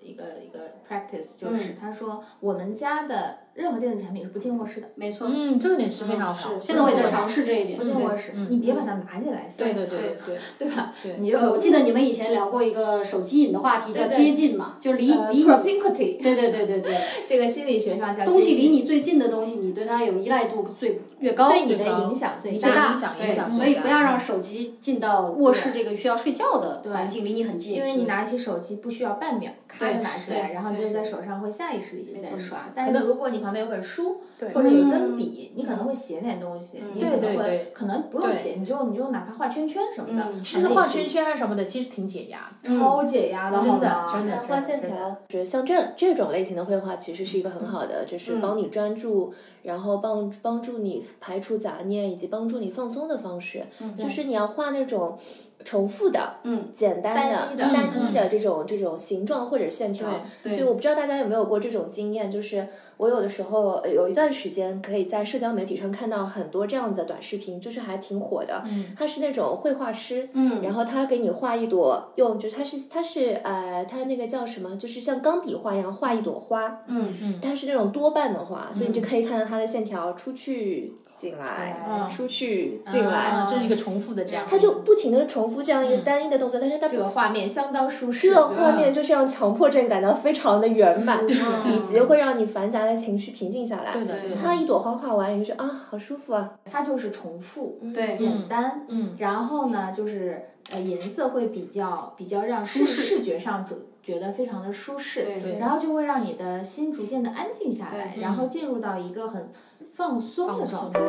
[SPEAKER 1] 一个一个 practice
[SPEAKER 2] 嗯
[SPEAKER 1] 就是他说我们家的任何电子产品是不进卧室的，
[SPEAKER 2] 没错，
[SPEAKER 3] 嗯，这个点是非常好
[SPEAKER 2] 是。。现在我也在尝试这一点
[SPEAKER 1] 不。进卧室，
[SPEAKER 3] 嗯
[SPEAKER 1] 你别把它拿进来，
[SPEAKER 3] 对对对对对，
[SPEAKER 1] 对吧？
[SPEAKER 3] 对
[SPEAKER 1] 你就
[SPEAKER 2] 我记得你们以前聊过一个手机瘾的话题，叫
[SPEAKER 1] 对对
[SPEAKER 2] 接近嘛，就离
[SPEAKER 1] 呃
[SPEAKER 2] 离你，
[SPEAKER 1] propinquity
[SPEAKER 2] 对对对对对，
[SPEAKER 1] 这个心理学上叫
[SPEAKER 2] 东西
[SPEAKER 1] 接
[SPEAKER 2] 离
[SPEAKER 1] 近
[SPEAKER 2] 你最近的东西，你对它有依赖度最越高，
[SPEAKER 1] 对你
[SPEAKER 3] 最
[SPEAKER 1] 的
[SPEAKER 3] 高
[SPEAKER 1] 影响最
[SPEAKER 3] 你
[SPEAKER 1] 大
[SPEAKER 3] 最。
[SPEAKER 2] 大
[SPEAKER 3] 影响
[SPEAKER 2] 对
[SPEAKER 3] 影响
[SPEAKER 2] 所
[SPEAKER 3] 最
[SPEAKER 2] 以
[SPEAKER 3] 大
[SPEAKER 2] 不要让手机进到卧室这个需要睡觉的
[SPEAKER 1] 对
[SPEAKER 2] 环境，离你很近。
[SPEAKER 1] 因为你拿起手机不需要半秒，咔
[SPEAKER 2] 对
[SPEAKER 1] 就拿出来，
[SPEAKER 2] 对
[SPEAKER 1] 然后你
[SPEAKER 2] 对
[SPEAKER 1] 就在手上会下意识的一直
[SPEAKER 2] 没
[SPEAKER 1] 在
[SPEAKER 2] 错
[SPEAKER 1] 刷
[SPEAKER 2] 没错。
[SPEAKER 1] 但是如果你旁边有本书，
[SPEAKER 3] 对
[SPEAKER 1] 或者有一根笔，你可能会写点东西，你可
[SPEAKER 3] 对
[SPEAKER 1] 能
[SPEAKER 3] 对
[SPEAKER 1] 会
[SPEAKER 3] 对
[SPEAKER 1] 可能不用写，你就你就哪怕画圈圈什么的，
[SPEAKER 2] 嗯
[SPEAKER 3] 其实画圈圈啊什么的，其实挺解压的。
[SPEAKER 1] 超解压的，
[SPEAKER 3] 真的
[SPEAKER 1] 好吗
[SPEAKER 3] 真的
[SPEAKER 6] 画线条，就是像这这种类型的绘画，其实是一个很好的，就是帮你专注，然后帮帮助你排除杂念，以及帮助你放松的方式。就是你要画那种重复的、
[SPEAKER 2] 嗯，
[SPEAKER 6] 简单的、
[SPEAKER 1] 单一的
[SPEAKER 6] 单一的这种这种形状或者线条。
[SPEAKER 2] 对
[SPEAKER 6] 所以我不知道大家有没有过这种经验，就是我有的时候呃有一段时间可以在社交媒体上看到很多这样子的短视频，就是还挺火的。
[SPEAKER 3] 嗯，
[SPEAKER 6] 他是那种绘画师，
[SPEAKER 2] 嗯
[SPEAKER 6] 然后他给你画一朵，用就是他是他是呃他那个叫什么，就是像钢笔画一样画一朵花，
[SPEAKER 2] 嗯嗯
[SPEAKER 6] 但是那种多瓣的花，所以你就可以看到它的线条出去进来，
[SPEAKER 1] 嗯
[SPEAKER 6] 出去进来，
[SPEAKER 3] 啊就是一个重复的这样，
[SPEAKER 6] 他就不停的重复这样一个单一的动作，但是他
[SPEAKER 1] 这个画面相当舒适。嗯
[SPEAKER 6] 这个画面就是让强迫症感到非常的圆满，
[SPEAKER 2] 嗯
[SPEAKER 6] 以及会让你繁杂的情绪平静下来。
[SPEAKER 3] 对的对
[SPEAKER 6] 他
[SPEAKER 3] 的，
[SPEAKER 6] 一朵花画完，你就觉得啊，好舒服啊。
[SPEAKER 1] 它就是重复、
[SPEAKER 2] 对
[SPEAKER 1] 简单，
[SPEAKER 3] 嗯
[SPEAKER 1] 然后呢，就是呃颜色会比较比较让视
[SPEAKER 2] 舒适
[SPEAKER 1] 视觉上主觉得非常的舒适，
[SPEAKER 2] 对
[SPEAKER 3] 对
[SPEAKER 1] 然后就会让你的心逐渐的安静下来，
[SPEAKER 2] 对
[SPEAKER 1] 然后进入到一个很放松的
[SPEAKER 3] 放
[SPEAKER 1] 状
[SPEAKER 3] 松
[SPEAKER 1] 态。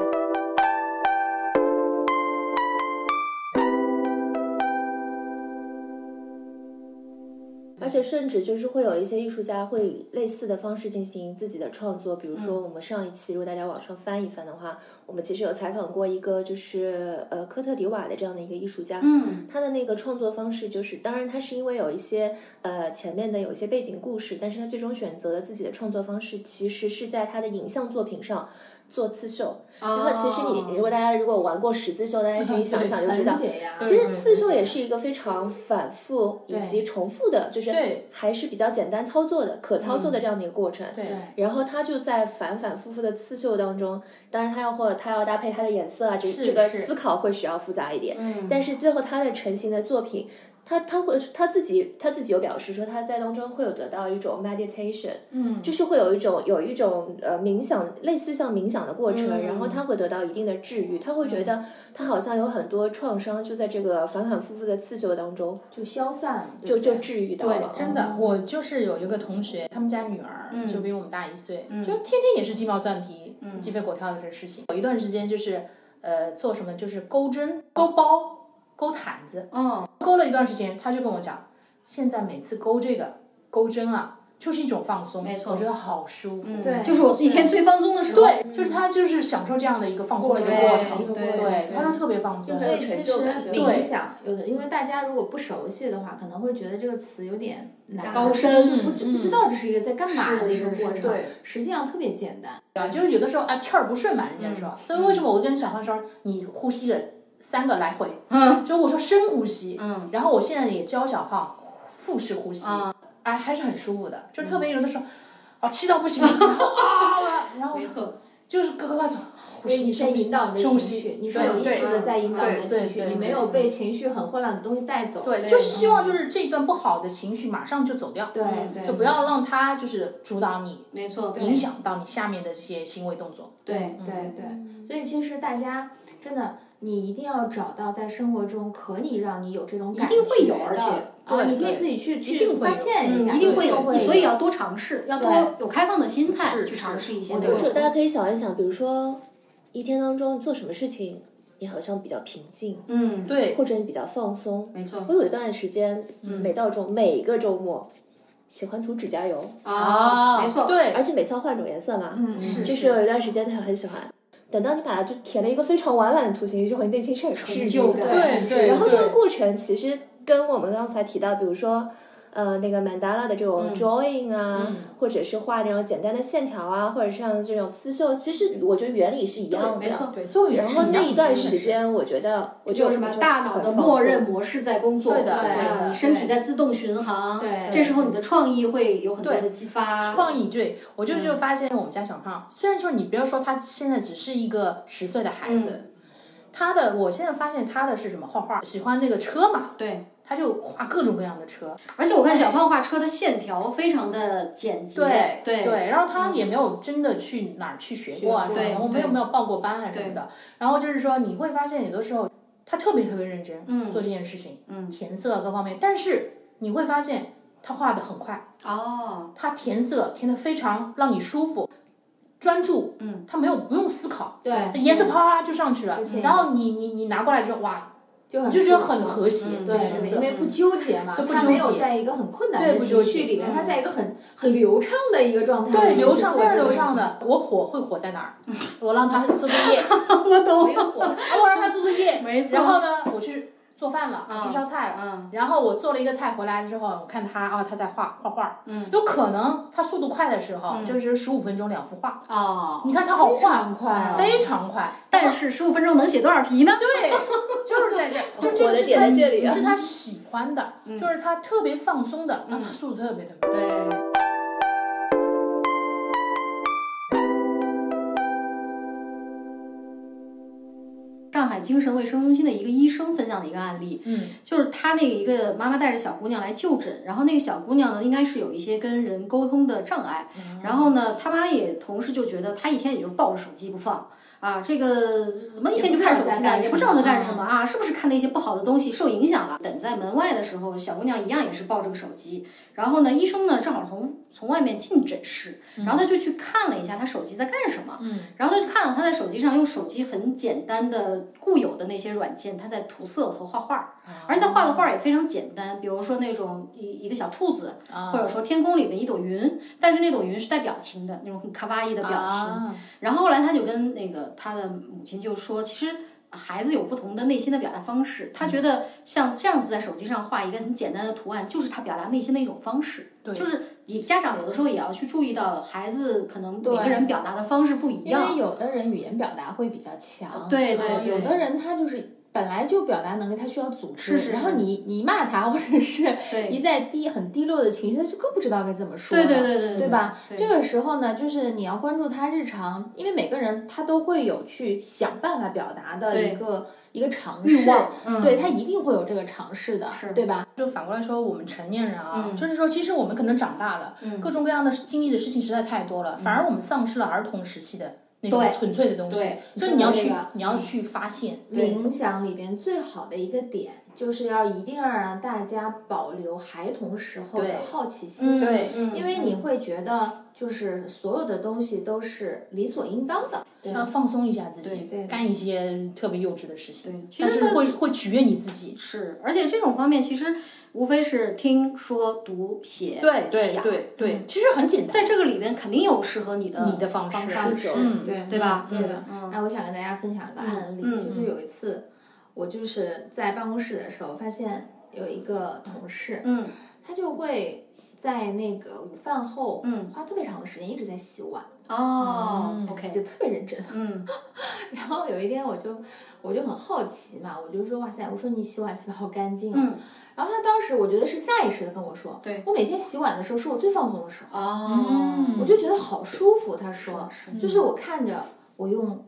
[SPEAKER 6] 而且甚至就是会有一些艺术家会以类似的方式进行自己的创作，比如说
[SPEAKER 1] 嗯
[SPEAKER 6] 我们上一期如果大家网上翻一翻的话，我们其实有采访过一个就是呃科特迪瓦的这样的一个艺术家，
[SPEAKER 2] 嗯
[SPEAKER 6] 他的那个创作方式就是，当然他是因为有一些呃前面的有一些背景故事，但是他最终选择了自己的创作方式，其实是在他的影像作品上做刺绣。然
[SPEAKER 1] 哦
[SPEAKER 6] 后其实你如果大家如果玩过十字绣，大家 可以想一想就知道
[SPEAKER 1] 很。解压，
[SPEAKER 6] 其实刺绣也是一个非常反复以及重复的，就是
[SPEAKER 3] 对
[SPEAKER 6] 还是比较简单操作的、可操作的这样的一个过程。
[SPEAKER 3] 嗯对
[SPEAKER 6] 然后他就在反反复复的刺绣当中，当然他要或者他要搭配他的颜色啊，这
[SPEAKER 3] 是
[SPEAKER 6] 这个
[SPEAKER 3] 是
[SPEAKER 6] 思考会需要复杂一点。
[SPEAKER 2] 嗯
[SPEAKER 6] 但是最后他的成型的作品，他他会他自己他自己有表示说他在当中会有得到一种 meditation，嗯，就是会有一种有一种呃冥想，类似像冥想的过程，
[SPEAKER 3] 嗯
[SPEAKER 6] 然后他会得到一定的治愈，他会觉得他好像有很多创伤就在这个反反复复的刺绣当中
[SPEAKER 1] 就消散了，对
[SPEAKER 6] 就
[SPEAKER 1] 不对
[SPEAKER 6] 就治愈到了，
[SPEAKER 3] 真的，我就是有一个同学，他们家女儿
[SPEAKER 2] 嗯
[SPEAKER 3] 就比我们大一岁，就天天也是鸡毛蒜皮、鸡飞狗跳的这事情。有一段时间就是，呃，做什么就是钩针、钩包、钩毯子，
[SPEAKER 2] 嗯
[SPEAKER 3] 钩了一段时间，他就跟我讲，现在每次钩这个钩针啊，就是一种放松，
[SPEAKER 2] 没错
[SPEAKER 3] 我觉得好舒服。
[SPEAKER 2] 嗯
[SPEAKER 1] 对
[SPEAKER 2] 就是我一天最放松的时候，
[SPEAKER 3] 对，就是他就是享受这样的一个放松的一个过程，
[SPEAKER 2] 对对
[SPEAKER 3] 对，
[SPEAKER 1] 对
[SPEAKER 3] 他就特别放松
[SPEAKER 1] 所。以其
[SPEAKER 6] 成
[SPEAKER 1] 实
[SPEAKER 6] 就感对
[SPEAKER 1] 冥想有的，因为大家如果不熟悉的话，可能会觉得这个词有点难，
[SPEAKER 2] 高深
[SPEAKER 1] 就不知不知道这是一个在干嘛的一个
[SPEAKER 2] 是是
[SPEAKER 1] 过
[SPEAKER 2] 是
[SPEAKER 1] 程。
[SPEAKER 3] 对，
[SPEAKER 1] 实际上特别简单。
[SPEAKER 3] 啊，就是有的时候啊，气儿不顺嘛，人家说，所以为什么我跟小胖说，你呼吸了三个来回，嗯，就我说深呼吸，
[SPEAKER 2] 嗯，
[SPEAKER 3] 然后我现在也教小胖腹式呼吸，啊，还是很舒服的，就特别有的时候，啊，气到不行，然后啊，然后我就 就是咯咯咯走，呼
[SPEAKER 1] 所以
[SPEAKER 3] 吸，
[SPEAKER 1] 你在引导你
[SPEAKER 3] 深呼吸
[SPEAKER 1] 的
[SPEAKER 3] 深呼
[SPEAKER 1] 情
[SPEAKER 3] 吸
[SPEAKER 1] 绪，你是
[SPEAKER 3] 对
[SPEAKER 1] 有意识的
[SPEAKER 2] 对
[SPEAKER 1] 在引导你的
[SPEAKER 3] 对
[SPEAKER 1] 情绪，
[SPEAKER 3] 对
[SPEAKER 1] 你没有被情绪很混乱的东西带走。
[SPEAKER 3] 对，就是希望就是这一段不好的情绪马上就走掉，
[SPEAKER 1] 对
[SPEAKER 2] 嗯
[SPEAKER 1] 对，
[SPEAKER 3] 就不要让它就是主导你，
[SPEAKER 2] 没错，
[SPEAKER 3] 影响到你下面的这些行为动作。
[SPEAKER 2] 对
[SPEAKER 1] 对
[SPEAKER 3] 嗯
[SPEAKER 1] 对。所以其实大家真的，你一定要找到在生活中可以让你有这种感觉的，
[SPEAKER 2] 定会有而且
[SPEAKER 1] 啊，
[SPEAKER 3] 对
[SPEAKER 1] 你可以
[SPEAKER 3] 对
[SPEAKER 1] 自己去去
[SPEAKER 3] 定
[SPEAKER 1] 发
[SPEAKER 3] 会有
[SPEAKER 1] 现一下，
[SPEAKER 2] 嗯，一定
[SPEAKER 1] 会
[SPEAKER 2] 会有，所以要多尝试，要多
[SPEAKER 1] 对
[SPEAKER 2] 有开放的心态
[SPEAKER 3] 是
[SPEAKER 2] 去尝试一些
[SPEAKER 3] 是
[SPEAKER 2] 对
[SPEAKER 3] 我
[SPEAKER 6] 或
[SPEAKER 3] 觉
[SPEAKER 6] 者
[SPEAKER 3] 得
[SPEAKER 6] 大家可以想一想，比如说一天当中做什么事情，你好像比较平静，
[SPEAKER 2] 嗯，
[SPEAKER 3] 对，
[SPEAKER 6] 或者你比较放松，
[SPEAKER 2] 没错
[SPEAKER 6] 我有一段时间，每到周每个周末喜欢涂指甲油，
[SPEAKER 2] 啊，没错，
[SPEAKER 3] 哦对
[SPEAKER 6] 而，且每次要换种颜色嘛。
[SPEAKER 1] 嗯是
[SPEAKER 6] 就是有一段时间他很喜欢。等到你把它就填了一个非常完满的图形之后，你内心是有成
[SPEAKER 2] 就
[SPEAKER 6] 感
[SPEAKER 2] 感
[SPEAKER 3] 对
[SPEAKER 6] 的。
[SPEAKER 3] 对
[SPEAKER 6] 然后这个
[SPEAKER 3] 对
[SPEAKER 6] 过程其实跟我们刚才提到，比如说。呃，那个曼达拉的这种 drawing
[SPEAKER 3] 嗯
[SPEAKER 6] 啊，或者是画那种简单的线条啊，或者像这种刺绣，其实我觉得原理是一样的。
[SPEAKER 2] 没错
[SPEAKER 3] 对，嗯作用也
[SPEAKER 6] 然
[SPEAKER 3] 是
[SPEAKER 6] 后
[SPEAKER 3] 一
[SPEAKER 6] 那
[SPEAKER 3] 样
[SPEAKER 6] 一
[SPEAKER 3] 的
[SPEAKER 6] 段
[SPEAKER 3] 真的
[SPEAKER 6] 时
[SPEAKER 3] 是
[SPEAKER 6] 间，我觉得我
[SPEAKER 2] 就
[SPEAKER 6] 就是很
[SPEAKER 2] 大脑的
[SPEAKER 6] 放松
[SPEAKER 2] 默认模式在工作，
[SPEAKER 3] 对的
[SPEAKER 2] 啊
[SPEAKER 1] 对的
[SPEAKER 2] 你身体在自动循环，
[SPEAKER 1] 对
[SPEAKER 2] 这时候你的创意会有很多的激发，
[SPEAKER 3] 创意，对我
[SPEAKER 2] 嗯
[SPEAKER 3] 就就发现我们家小胖，虽然说你不要说他现在只是一个十岁的孩子，
[SPEAKER 2] 嗯
[SPEAKER 3] 他的我现在发现他的是什么画画，喜欢那个车嘛，
[SPEAKER 2] 对。
[SPEAKER 3] 他就画各种各样的车，
[SPEAKER 2] 而且我看小胖画车的线条非常的简洁，
[SPEAKER 3] 对
[SPEAKER 2] 对嗯
[SPEAKER 3] 然后他也没有真的去哪儿去学过啊
[SPEAKER 2] 学过
[SPEAKER 3] 什么的，
[SPEAKER 2] 对
[SPEAKER 3] 我们
[SPEAKER 2] 对
[SPEAKER 3] 有没有报过班啊什么的，然后就是说你会发现有的时候他特别特别认真，嗯，做这件事情，嗯，填色各方面，但是你会发现他画的很快。
[SPEAKER 2] 哦，
[SPEAKER 3] 它填色填的非常让你舒服、专注，嗯，它没有不用思考，
[SPEAKER 1] 对
[SPEAKER 3] 它颜色啪就上去了，然后你你你拿过来之后，哇，
[SPEAKER 1] 就很
[SPEAKER 3] 你就觉得
[SPEAKER 1] 舒服嗯
[SPEAKER 3] 很和谐，这个
[SPEAKER 1] 对，
[SPEAKER 3] 颜
[SPEAKER 1] 因
[SPEAKER 3] 色。
[SPEAKER 1] 为不纠结嘛，
[SPEAKER 3] 不
[SPEAKER 1] 他
[SPEAKER 3] 纠
[SPEAKER 1] 没有
[SPEAKER 3] 结
[SPEAKER 1] 在一个很困难
[SPEAKER 3] 对
[SPEAKER 1] 的
[SPEAKER 3] 不
[SPEAKER 1] 情
[SPEAKER 3] 纠
[SPEAKER 1] 绪
[SPEAKER 3] 结嗯
[SPEAKER 1] 里面，他在一个很很流畅的一个状态里
[SPEAKER 3] 对，
[SPEAKER 1] 面去
[SPEAKER 3] 流
[SPEAKER 1] 做这个事情，
[SPEAKER 3] 畅，非常流畅的。我火会火在哪儿？我让他做作业，
[SPEAKER 2] 我懂，
[SPEAKER 3] 然后我让他做作业，
[SPEAKER 2] 没错
[SPEAKER 3] 然后呢，我去做饭了，我去烧菜了，
[SPEAKER 2] 嗯
[SPEAKER 3] 然后我做了一个菜回来之后，我看他啊，他在画画画，
[SPEAKER 2] 嗯，
[SPEAKER 3] 有可能他速度快的时候，就是十五分钟两幅画，
[SPEAKER 2] 哦，
[SPEAKER 3] 你看他好
[SPEAKER 1] 非
[SPEAKER 3] 快，
[SPEAKER 1] 常快啊，
[SPEAKER 3] 非常快，
[SPEAKER 2] 但是十五分钟能写多少题呢？
[SPEAKER 3] 对，就是在这儿， 就这
[SPEAKER 6] 我
[SPEAKER 3] 个
[SPEAKER 6] 的
[SPEAKER 3] 是
[SPEAKER 6] 点在
[SPEAKER 3] 他
[SPEAKER 6] 这里啊
[SPEAKER 3] 是他喜欢的，就是他特别放松的，然后他速度特别特别快。
[SPEAKER 2] 对，上海精神卫生中心的一个医生分享的一个案例，
[SPEAKER 3] 嗯，
[SPEAKER 2] 就是他那个一个妈妈带着小姑娘来就诊，然后那个小姑娘呢，应该是有一些跟人沟通的障碍，然后呢，他妈也同时就觉得她一天也就是抱着手机不放。啊，这个怎么一天就看手机呢？也不知道在干什么啊？是不是看那些不好的东西受影响了？等在门外的时候，小姑娘一样也是抱着个手机。然后呢，医生呢正好从从外面进诊室，然后他就去看了一下她手机在干什么。
[SPEAKER 3] 嗯，
[SPEAKER 2] 然后他就看了她在手机上用手机很简单的固有的那些软件，她在涂色和画画。而且他画的画也非常简单，比如说那种一一个小兔子，
[SPEAKER 1] 啊
[SPEAKER 2] 或者说天空里面一朵云，但是那朵云是带表情的那种很卡哇伊的表情。
[SPEAKER 3] 啊
[SPEAKER 2] 然后后来他就跟那个他的母亲就说，其实孩子有不同的内心的表达方式，他觉得像这样子在手机上画一个很简单的图案，就是他表达内心的一种方式。
[SPEAKER 3] 对
[SPEAKER 2] 就是你家长有的时候也要去注意到孩子可能每
[SPEAKER 1] 对
[SPEAKER 2] 个人表达的方式不一
[SPEAKER 1] 因为
[SPEAKER 2] 样。
[SPEAKER 1] 有的人语言表达会比较强，
[SPEAKER 2] 对对
[SPEAKER 1] 嗯
[SPEAKER 2] 对
[SPEAKER 1] 有的人他就是本来就表达能力，他需要组织，
[SPEAKER 2] 是是是
[SPEAKER 1] 然后你你骂他或者是
[SPEAKER 2] 对
[SPEAKER 1] 一在低很低落的情绪，他就更不知道该怎么说
[SPEAKER 2] 对
[SPEAKER 1] 了，
[SPEAKER 2] 对对对
[SPEAKER 1] 对吧？
[SPEAKER 2] 对
[SPEAKER 1] 这个时候呢，就是你要关注他日常，因为每个人他都会有去想办法表达的
[SPEAKER 2] 对
[SPEAKER 1] 一个一个尝
[SPEAKER 2] 欲
[SPEAKER 1] 试，
[SPEAKER 2] 望，嗯，
[SPEAKER 1] 对他一定会有这个尝试的
[SPEAKER 2] 是，
[SPEAKER 1] 对吧？
[SPEAKER 3] 就反过来说，我们成年人啊，
[SPEAKER 2] 嗯
[SPEAKER 3] 就是说，其实我们可能长大了，
[SPEAKER 2] 嗯
[SPEAKER 3] 各种各样的经历的事情实在太多了，反而我们丧失了儿童时期的那种
[SPEAKER 2] 对
[SPEAKER 3] 纯粹的东西
[SPEAKER 2] 对。
[SPEAKER 3] 所以你要
[SPEAKER 1] 你
[SPEAKER 3] 去
[SPEAKER 1] 说的这个，
[SPEAKER 3] 你要去发现。
[SPEAKER 2] 对
[SPEAKER 1] 冥想里边最好的一个点，就是要一定要让大家保留孩童时候的
[SPEAKER 3] 对
[SPEAKER 1] 好奇心。
[SPEAKER 2] 嗯，
[SPEAKER 3] 对
[SPEAKER 2] 嗯，
[SPEAKER 1] 因为你会觉得就是所有的东西都是理所应当的，
[SPEAKER 3] 要放松一下自己
[SPEAKER 2] 对
[SPEAKER 1] 对，
[SPEAKER 3] 干一些特别幼稚的事情
[SPEAKER 2] 对，其实
[SPEAKER 3] 但是
[SPEAKER 2] 呢
[SPEAKER 3] 会会取悦你自己。
[SPEAKER 2] 是，而且这种方面其实无非是听说读写
[SPEAKER 3] 对对
[SPEAKER 2] 想嗯
[SPEAKER 3] 对对，其实很简单，
[SPEAKER 2] 在这个里边肯定有适合你的
[SPEAKER 3] 你的方式
[SPEAKER 2] 方
[SPEAKER 3] 是
[SPEAKER 2] 式，
[SPEAKER 3] 嗯
[SPEAKER 1] 对
[SPEAKER 2] 对吧？
[SPEAKER 1] 对的。
[SPEAKER 2] 嗯
[SPEAKER 1] 哎，我想跟大家分享一个案例，
[SPEAKER 2] 嗯嗯
[SPEAKER 1] 就是有一次，我就是在办公室的时候，发现有一个同事，
[SPEAKER 2] 嗯
[SPEAKER 1] 他就会在那个午饭后，
[SPEAKER 2] 嗯，
[SPEAKER 1] 花特别长的时间一直在洗碗，
[SPEAKER 2] 哦
[SPEAKER 1] 洗
[SPEAKER 2] ，OK，
[SPEAKER 1] 的特别认真。
[SPEAKER 2] 嗯
[SPEAKER 1] 然后有一天，我就我就很好奇嘛，我就说哇塞，我说你洗碗洗的好干净、啊，
[SPEAKER 2] 嗯，
[SPEAKER 1] 然后他当时我觉得是下意识的跟我说，
[SPEAKER 2] 对
[SPEAKER 1] 我每天洗碗的时候是我最放松的时候。
[SPEAKER 3] 嗯
[SPEAKER 2] 哦，
[SPEAKER 1] 我就觉得好舒服。他说，
[SPEAKER 2] 是
[SPEAKER 1] 就是我看着我用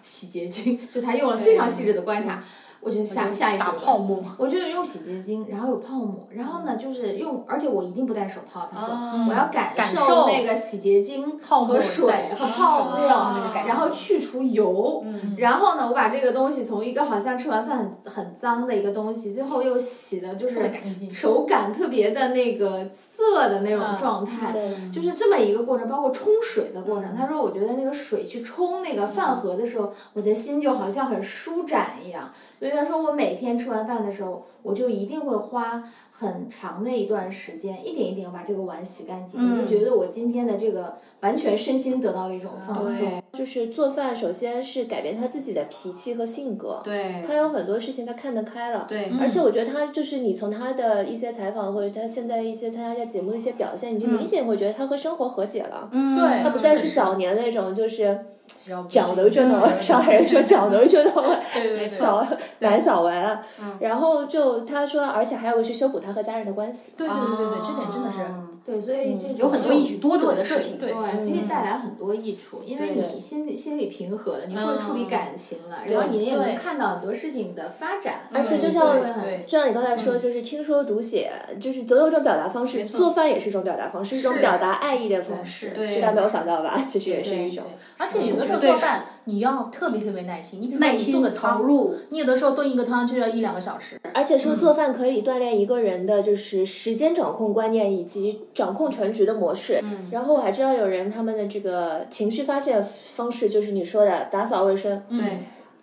[SPEAKER 1] 洗洁精，就他用了非常细致的观察，我就下下意识
[SPEAKER 3] 打
[SPEAKER 1] 地
[SPEAKER 3] 泡沫。
[SPEAKER 1] 我就用洗洁精，然后有泡沫，然后呢就是用，而且我一定不戴手套。他说。
[SPEAKER 2] 哦
[SPEAKER 3] 嗯
[SPEAKER 1] 我要感
[SPEAKER 3] 感
[SPEAKER 1] 受
[SPEAKER 3] 受
[SPEAKER 1] 那个洗洁精
[SPEAKER 3] 泡沫
[SPEAKER 1] 和水
[SPEAKER 3] 在
[SPEAKER 1] 和
[SPEAKER 3] 手
[SPEAKER 1] 泡
[SPEAKER 2] 上
[SPEAKER 1] 沫，
[SPEAKER 2] 的那个感觉
[SPEAKER 1] 然后去除油，
[SPEAKER 3] 嗯
[SPEAKER 1] 然后呢，我把这个东西从一个好像吃完饭很很脏的一个东西，最后又洗的就
[SPEAKER 3] 特别
[SPEAKER 1] 是
[SPEAKER 3] 干净
[SPEAKER 1] 手感特别的那个涩的那种
[SPEAKER 3] 嗯
[SPEAKER 1] 状态，
[SPEAKER 6] 对，
[SPEAKER 1] 就是这么一个过程，包括冲水的过程。
[SPEAKER 3] 嗯
[SPEAKER 1] 他说，我觉得那个水去冲那个饭盒的时候，我的心就好像很舒展一样。所以他说，我每天吃完饭的时候，我就一定会花很长的一段时间，一点一点把这个碗洗干净。
[SPEAKER 2] 嗯
[SPEAKER 1] 我就觉得我今天的这个完全身心得到了一种放松
[SPEAKER 2] 对。
[SPEAKER 6] 就是做饭，首先是改变他自己的脾气和性格，他
[SPEAKER 2] 对
[SPEAKER 6] 有很多事情他看得开了，
[SPEAKER 2] 对，
[SPEAKER 6] 而且我觉得他就是你从他的一些采访或者他现在一些参加一些节目的一些表现，你就明显会觉得他和生活和解了。
[SPEAKER 2] 嗯，
[SPEAKER 3] 对
[SPEAKER 6] 他不再是早年那种就是
[SPEAKER 3] 讲
[SPEAKER 6] 长头就能，上海人说 长头就能
[SPEAKER 3] 对对对，
[SPEAKER 6] 小 男小玩啊。然后就他说，而且还有个是修补他和家人的关系。啊
[SPEAKER 3] 对对对对对，这点真的是
[SPEAKER 2] 嗯
[SPEAKER 1] 对，所以这
[SPEAKER 2] 有很多一举多得的
[SPEAKER 3] 对
[SPEAKER 2] 事情，
[SPEAKER 3] 对
[SPEAKER 1] 对，可以带来很多益处，因为
[SPEAKER 6] 对
[SPEAKER 1] 你心里心理平和了，你会处理
[SPEAKER 2] 嗯
[SPEAKER 1] 感情了，
[SPEAKER 6] 对
[SPEAKER 1] 然后你也能
[SPEAKER 3] 对
[SPEAKER 1] 看到很多事情的发展，
[SPEAKER 6] 而且就
[SPEAKER 1] 对
[SPEAKER 6] 像
[SPEAKER 1] 会很
[SPEAKER 3] 对
[SPEAKER 6] 就像你刚才说，就是听说读写，就是总有一种表达方式。做饭也是一种表达方式，一种表达爱意的方式。
[SPEAKER 2] 对
[SPEAKER 6] 是大家没有想到吧？其实也是一种。
[SPEAKER 3] 而且有的时候
[SPEAKER 2] 对
[SPEAKER 3] 做饭你要特别特别耐心，你比如说
[SPEAKER 2] 耐
[SPEAKER 3] 你炖
[SPEAKER 2] 心啊
[SPEAKER 3] 个
[SPEAKER 2] 投
[SPEAKER 3] 汤，
[SPEAKER 2] 入，
[SPEAKER 3] 你有的时候炖一个汤就要一两个小时。
[SPEAKER 6] 而且说做饭可以锻炼一个人的就是时间掌控观念以及掌控全局的模式。嗯，然后我还知道
[SPEAKER 3] 嗯
[SPEAKER 6] 有人他们的这个情绪发泄方式就是你说的打扫卫生。
[SPEAKER 2] 嗯对，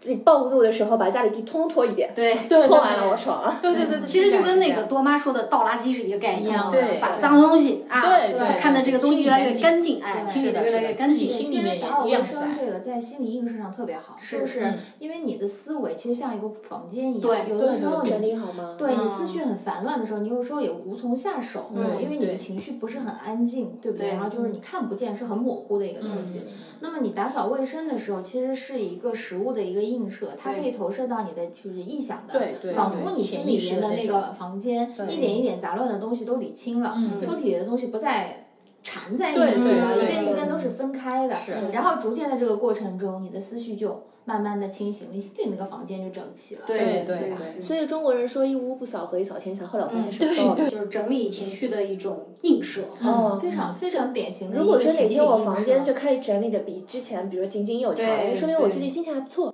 [SPEAKER 6] 自己暴怒的时候把家里地通通拖一遍，
[SPEAKER 2] 对，
[SPEAKER 3] 对
[SPEAKER 6] 拖完了我爽了。
[SPEAKER 3] 对对对 对，
[SPEAKER 2] 其实就跟
[SPEAKER 3] 嗯是
[SPEAKER 2] 那个多妈说的倒垃圾是一个概念，
[SPEAKER 5] 一样
[SPEAKER 3] 的对
[SPEAKER 2] 把脏东西啊，
[SPEAKER 3] 对对
[SPEAKER 2] 看着这个东西越来越干净，哎，
[SPEAKER 3] 对
[SPEAKER 2] 清理得
[SPEAKER 3] 是的
[SPEAKER 2] 越来越
[SPEAKER 3] 是的
[SPEAKER 2] 干
[SPEAKER 3] 自己
[SPEAKER 2] 净。
[SPEAKER 3] 心
[SPEAKER 1] 其
[SPEAKER 3] 里
[SPEAKER 1] 实
[SPEAKER 3] 面也
[SPEAKER 1] 打扫
[SPEAKER 3] 一样
[SPEAKER 1] 卫生
[SPEAKER 3] 塞
[SPEAKER 1] 这个在心理映射上特别好，
[SPEAKER 2] 是
[SPEAKER 1] 就是
[SPEAKER 3] 嗯
[SPEAKER 1] 因为你的思维其实像一个房间一
[SPEAKER 2] 对
[SPEAKER 1] 样，有的时候
[SPEAKER 6] 整
[SPEAKER 1] 你
[SPEAKER 6] 理好吗？
[SPEAKER 1] 对你
[SPEAKER 2] 嗯
[SPEAKER 1] 思绪很烦乱的时候，你有时候也无从下手，
[SPEAKER 2] 嗯
[SPEAKER 1] 因为你
[SPEAKER 3] 对嗯
[SPEAKER 1] 的情绪不是很安静，对不对？
[SPEAKER 2] 对
[SPEAKER 1] 然后就是你看不见，是很模糊的一个东西。那么你打扫卫生的时候，其实是一个实物的一个映射，它可以投射到你的就是臆想的，
[SPEAKER 3] 对对
[SPEAKER 1] 仿
[SPEAKER 3] 对
[SPEAKER 1] 佛你心
[SPEAKER 3] 潜
[SPEAKER 1] 里
[SPEAKER 3] 意识
[SPEAKER 1] 面
[SPEAKER 3] 的
[SPEAKER 1] 的
[SPEAKER 3] 那
[SPEAKER 1] 那
[SPEAKER 3] 种
[SPEAKER 1] 个房间
[SPEAKER 3] 对
[SPEAKER 1] 一点一点杂乱的东西都理清了，
[SPEAKER 3] 嗯
[SPEAKER 1] 抽屉里的东西不再缠在一
[SPEAKER 3] 对
[SPEAKER 1] 起了，
[SPEAKER 3] 对
[SPEAKER 1] 一
[SPEAKER 3] 对
[SPEAKER 1] 根
[SPEAKER 3] 对
[SPEAKER 1] 一根都是分开的。
[SPEAKER 3] 是
[SPEAKER 1] 然后逐渐在这个过程中，你的思绪就慢慢的清醒，你心里那个房间就整齐了。
[SPEAKER 2] 对
[SPEAKER 3] 对对
[SPEAKER 2] 对，
[SPEAKER 6] 所以中国人说一屋不扫，何以扫天下？后来我发现是
[SPEAKER 3] 嗯
[SPEAKER 6] 不够的。
[SPEAKER 2] 就是整理情绪的一种映射。
[SPEAKER 6] 哦
[SPEAKER 1] 非常非常典型的一个
[SPEAKER 6] 如果说哪
[SPEAKER 1] 情
[SPEAKER 6] 天
[SPEAKER 1] 景
[SPEAKER 6] 我
[SPEAKER 1] 映
[SPEAKER 6] 房
[SPEAKER 1] 射
[SPEAKER 6] 间就开始整理的比之前，比如说井井有条，
[SPEAKER 2] 对
[SPEAKER 6] 就说明我
[SPEAKER 2] 对
[SPEAKER 6] 最近心情还不错。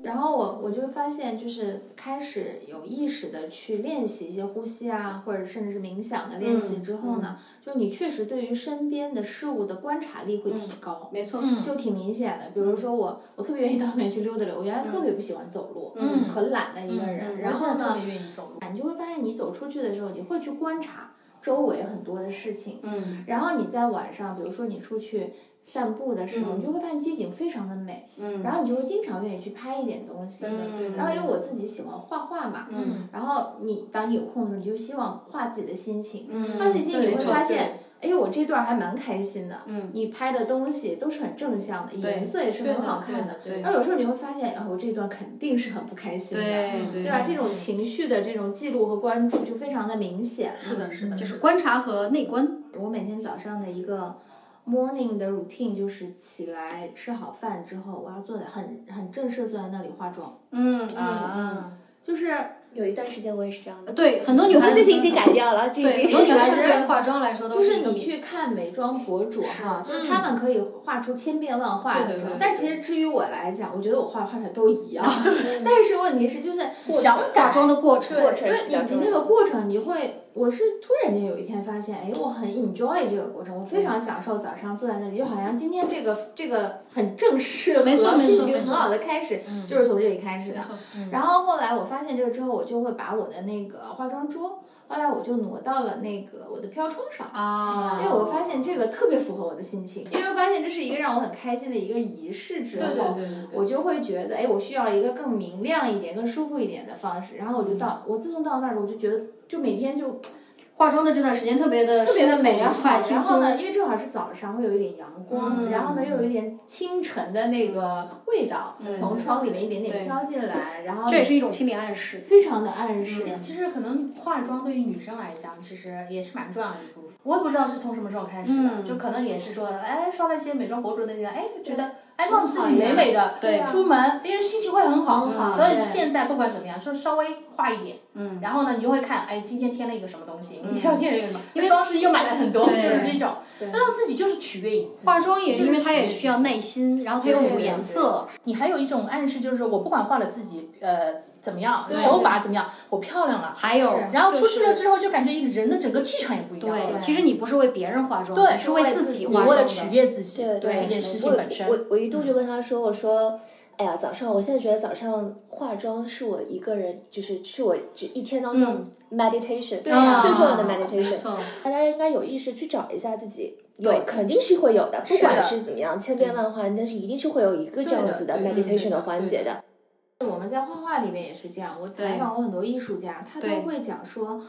[SPEAKER 1] 然后我我就发现，就是开始有意识的去练习一些呼吸啊，或者甚至是冥想的练习
[SPEAKER 2] 嗯
[SPEAKER 1] 之后呢，就你确实对于身边的事物的观察力
[SPEAKER 6] 嗯
[SPEAKER 1] 会提高，
[SPEAKER 2] 没错，
[SPEAKER 3] 嗯
[SPEAKER 1] 就挺明显的。比如说我，我特别愿意到外面去溜达溜，我原来
[SPEAKER 6] 嗯
[SPEAKER 1] 特别不喜欢走路，
[SPEAKER 2] 嗯
[SPEAKER 1] 很懒的一个人。然后
[SPEAKER 3] 特
[SPEAKER 1] 呢，
[SPEAKER 3] 别愿意走路，
[SPEAKER 1] 你就会发现，你走出去的时候，你会去观察周围很多的事情。
[SPEAKER 2] 嗯
[SPEAKER 1] 然后你在晚上，比如说你出去散步的时候，
[SPEAKER 2] 嗯
[SPEAKER 1] 你就会发现街景非常的美，
[SPEAKER 2] 嗯，
[SPEAKER 1] 然后你就会经常愿意去拍一点东西。
[SPEAKER 2] 嗯
[SPEAKER 1] 然后因为我自己喜欢画画嘛，
[SPEAKER 2] 嗯
[SPEAKER 1] 然后你当你有空的时候，你就希望画自己的心情，
[SPEAKER 2] 嗯，
[SPEAKER 1] 画自己心情，你
[SPEAKER 2] 没
[SPEAKER 1] 会
[SPEAKER 2] 错
[SPEAKER 1] 发现，哎呦，我这段还蛮开心的。
[SPEAKER 2] 嗯
[SPEAKER 1] 你拍的东西都是很正向的，
[SPEAKER 2] 对
[SPEAKER 1] 颜色也是
[SPEAKER 3] 对
[SPEAKER 1] 很好
[SPEAKER 3] 的
[SPEAKER 1] 看的。
[SPEAKER 2] 对
[SPEAKER 1] 然后有时候你会发现，啊，我这段肯定是很不开心的，
[SPEAKER 2] 对
[SPEAKER 1] 对吧？这种情绪的这种记录和关注就非常的明显。
[SPEAKER 3] 是的，是的，
[SPEAKER 2] 就是观察和内观。
[SPEAKER 1] 我每天早上的一个 morning 的 routine 就是起来吃好饭之后，我要坐在很很正式地坐在那里化妆，
[SPEAKER 2] 嗯嗯
[SPEAKER 3] 啊，
[SPEAKER 1] 就是
[SPEAKER 6] 有一段时间我也是这样
[SPEAKER 1] 啊
[SPEAKER 6] 的
[SPEAKER 2] 嗯，，对，很多女孩
[SPEAKER 6] 这
[SPEAKER 2] 子
[SPEAKER 6] 次已经改掉了，这
[SPEAKER 2] 对
[SPEAKER 6] 已
[SPEAKER 2] 很多
[SPEAKER 6] 经
[SPEAKER 2] 女
[SPEAKER 6] 是
[SPEAKER 2] 孩子
[SPEAKER 1] 是
[SPEAKER 2] 对于化妆来说都
[SPEAKER 1] 就是是
[SPEAKER 2] 一个
[SPEAKER 1] 你去看美妆博主哈，
[SPEAKER 2] 是
[SPEAKER 1] 就是他们可以画出千变万化
[SPEAKER 3] 嗯对
[SPEAKER 1] 的
[SPEAKER 3] 对
[SPEAKER 1] 妆
[SPEAKER 3] 对，
[SPEAKER 1] 但其实至于我来讲，我觉得我画画出来都一 样。但是问题是，就是想
[SPEAKER 2] 化
[SPEAKER 1] 改，
[SPEAKER 2] 妆的过程。
[SPEAKER 6] 过程
[SPEAKER 1] 对
[SPEAKER 6] 是比较
[SPEAKER 1] 你你
[SPEAKER 6] 重
[SPEAKER 1] 那
[SPEAKER 6] 要
[SPEAKER 1] 个
[SPEAKER 6] 的。
[SPEAKER 1] 过程，你会，我是突然间有一天发现，哎，我很 enjoy 这个过程，我非常享受早上坐在那里，就好像今天这个这个很正式
[SPEAKER 2] 没错
[SPEAKER 1] 和
[SPEAKER 2] 没错
[SPEAKER 1] 心
[SPEAKER 2] 没
[SPEAKER 1] 情很
[SPEAKER 2] 错
[SPEAKER 1] 好的开始，就是从这里开始的。
[SPEAKER 3] 嗯
[SPEAKER 1] 然后后来我发现这个之后，我就会把我的那个化妆桌，后来我就挪到了那个我的飘窗上。
[SPEAKER 2] 啊，
[SPEAKER 1] 因为我发现这个特别符合我的心情，哦因为发现这是一个让我很开心的一个仪式之后，
[SPEAKER 3] 对对对对对，
[SPEAKER 1] 我就会觉得，哎，我需要一个更明亮一点、更舒服一点的方式。然后我就到，
[SPEAKER 2] 嗯
[SPEAKER 1] 我自从到那儿，我就觉得，就每天就
[SPEAKER 2] 化妆的这段时间特别的
[SPEAKER 1] 特别的美
[SPEAKER 2] 舒服愉快
[SPEAKER 1] 好。
[SPEAKER 2] 呃轻
[SPEAKER 1] 然后
[SPEAKER 2] 松。
[SPEAKER 1] 呢，因为正好是早上，会有一点阳光，
[SPEAKER 2] 嗯
[SPEAKER 1] 然后呢又有一点清晨的那个味道、
[SPEAKER 2] 嗯
[SPEAKER 1] 从窗里面一点点
[SPEAKER 2] 对嗯
[SPEAKER 1] 飘进来，然后
[SPEAKER 2] 这也是一嗯种心理暗示。
[SPEAKER 1] 非常的暗示。
[SPEAKER 3] 其实可能化妆对于女生来讲，其实也是蛮重要的一部分。我也不知道是从什么时候开始的，
[SPEAKER 2] 嗯
[SPEAKER 3] 就可能也是说，哎，刷了一些美妆博主那些，哎，觉得哎，让自己美美的，
[SPEAKER 2] 对啊
[SPEAKER 3] 出门，因为心情会很好。
[SPEAKER 1] 很好
[SPEAKER 3] 所以
[SPEAKER 1] 对
[SPEAKER 3] 现在不管怎么样，说稍微化一点，
[SPEAKER 2] 嗯，
[SPEAKER 3] 然后呢，你就会看，哎，今天添了一个什么东西，
[SPEAKER 2] 嗯
[SPEAKER 3] 明天又添了一个什么，因为双十一又买了很多，就
[SPEAKER 2] 对
[SPEAKER 3] 是这种，
[SPEAKER 1] 对
[SPEAKER 3] 那让自己就是取悦于自己。
[SPEAKER 2] 化妆也
[SPEAKER 3] 就是
[SPEAKER 2] 因为它
[SPEAKER 3] 取悦
[SPEAKER 2] 也
[SPEAKER 3] 于
[SPEAKER 2] 需要
[SPEAKER 3] 自己
[SPEAKER 2] 耐心，然后它又有颜色，
[SPEAKER 3] 你还有一种暗示，就是说我不管画了自己呃怎么样，
[SPEAKER 1] 对
[SPEAKER 3] 手法怎么样，我漂亮了。
[SPEAKER 2] 还有
[SPEAKER 1] 是
[SPEAKER 3] 然后
[SPEAKER 2] 就
[SPEAKER 3] 出去了
[SPEAKER 2] 是
[SPEAKER 3] 之后，就感觉一个人的整个气场也不一样。
[SPEAKER 2] 对，
[SPEAKER 1] 对
[SPEAKER 2] 其实你不是为别人化妆，
[SPEAKER 3] 对
[SPEAKER 2] 你是
[SPEAKER 1] 是为
[SPEAKER 2] 自
[SPEAKER 1] 自
[SPEAKER 2] 己
[SPEAKER 1] 己
[SPEAKER 3] 你
[SPEAKER 2] 化
[SPEAKER 3] 为
[SPEAKER 2] 妆
[SPEAKER 3] 了
[SPEAKER 2] 的。
[SPEAKER 3] 取悦自己，
[SPEAKER 6] 对
[SPEAKER 3] 这件事情本身
[SPEAKER 6] 我，我我一度就跟他说，我说。哎呀，早上！我现在觉得早上化妆是我一个人，就是是我这一天当中 meditation，、
[SPEAKER 1] 对
[SPEAKER 3] 嗯
[SPEAKER 1] 啊
[SPEAKER 6] 最重要的
[SPEAKER 2] 没
[SPEAKER 6] meditation。
[SPEAKER 2] 错，
[SPEAKER 6] 大家应该有意识去找一下自己，
[SPEAKER 3] 对
[SPEAKER 6] 有肯定是会有的，不
[SPEAKER 3] 是的
[SPEAKER 6] 管是怎么样，千变万化，但是一定是会有一个这样子的
[SPEAKER 3] 对的对的对
[SPEAKER 6] meditation
[SPEAKER 3] 的
[SPEAKER 6] 的环节的。
[SPEAKER 1] 我们在画画里面也是这样，我采
[SPEAKER 2] 对
[SPEAKER 1] 访过很多艺术家，他
[SPEAKER 2] 对
[SPEAKER 1] 都会讲说，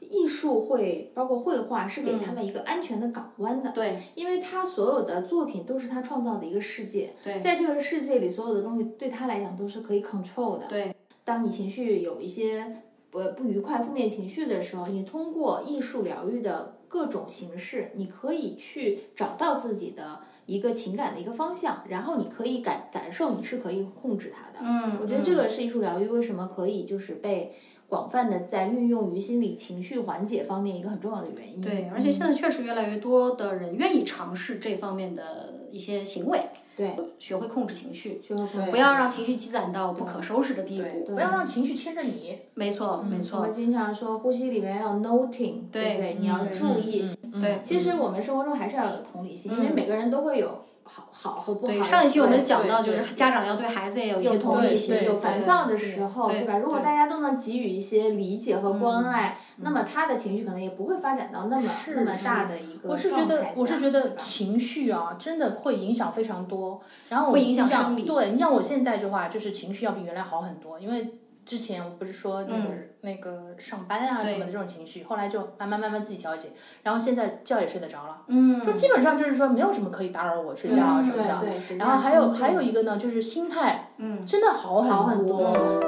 [SPEAKER 1] 艺术会包括绘画是给
[SPEAKER 2] 嗯
[SPEAKER 1] 他们一个安全的港湾的，
[SPEAKER 2] 对
[SPEAKER 1] 因为他所有的作品都是他创造的一个世界，
[SPEAKER 2] 对
[SPEAKER 1] 在这个世界里，所有的东西对他来讲都是可以 control 的。
[SPEAKER 2] 对，
[SPEAKER 1] 当你情绪有一些不不愉快、负面情绪的时候，你通过艺术疗愈的各种形式，你可以去找到自己的一个情感的一个方向，然后你可以感感受你是可以控制它的。
[SPEAKER 2] 嗯
[SPEAKER 1] 我觉得这个是艺术疗愈为什么可以就是被广泛的在运用于心理情绪缓解方面一个很重要的原因。嗯
[SPEAKER 2] 对，而且现在确实越来越多的人愿意尝试这方面的一些行为，
[SPEAKER 1] 对，
[SPEAKER 2] 学会控制情绪，
[SPEAKER 1] 就会
[SPEAKER 2] 不要让情绪积攒到不可收拾的地步。
[SPEAKER 3] 不要让情绪牵着你。
[SPEAKER 2] 没错，没
[SPEAKER 1] 我
[SPEAKER 2] 错
[SPEAKER 1] 们，经常说呼吸里面要 noting，对不对？
[SPEAKER 3] 嗯
[SPEAKER 1] 你要注
[SPEAKER 2] 嗯
[SPEAKER 1] 意。
[SPEAKER 2] 对。
[SPEAKER 1] 其实我们生活中还是要有同理心，因为每个人都会有好好和不好的。
[SPEAKER 2] 对，上一期我们讲到，就
[SPEAKER 3] 对
[SPEAKER 2] 是家长要对孩子也有一些
[SPEAKER 1] 有同
[SPEAKER 2] 同
[SPEAKER 1] 理
[SPEAKER 2] 理
[SPEAKER 1] 心，
[SPEAKER 2] 心，
[SPEAKER 1] 有
[SPEAKER 2] 对
[SPEAKER 1] 烦躁的时候，
[SPEAKER 2] 对
[SPEAKER 1] 对吧？如果
[SPEAKER 2] 对
[SPEAKER 1] 大家都能给予一些理解和关爱，那么他的情绪可能也不会发展到那么
[SPEAKER 3] 是
[SPEAKER 1] 那么大的一个
[SPEAKER 3] 我是觉
[SPEAKER 1] 状态
[SPEAKER 3] 得
[SPEAKER 1] 下。，
[SPEAKER 3] 我是觉得
[SPEAKER 1] 对吧
[SPEAKER 3] 情绪啊，真的会影响非常多。然后我
[SPEAKER 2] 会影响
[SPEAKER 3] 像
[SPEAKER 2] 生理
[SPEAKER 3] 对你像我现在的话，就是情绪要比原来好很多，因为之前我不是说那个、那个上班啊
[SPEAKER 2] 对
[SPEAKER 3] 什么的这种情绪，后来就慢慢慢慢自己调节，然后现在觉也睡得着了，
[SPEAKER 2] 嗯，
[SPEAKER 3] 就基本上就是说没有什么可以打扰我睡觉啊
[SPEAKER 2] 嗯
[SPEAKER 3] 什么的。
[SPEAKER 1] 对对是这样
[SPEAKER 3] 然后还有
[SPEAKER 1] 心智
[SPEAKER 3] 还有一个呢，就是心态，
[SPEAKER 2] 嗯，
[SPEAKER 3] 真的好
[SPEAKER 1] 好
[SPEAKER 3] 很
[SPEAKER 1] 很
[SPEAKER 3] 多。
[SPEAKER 1] 多。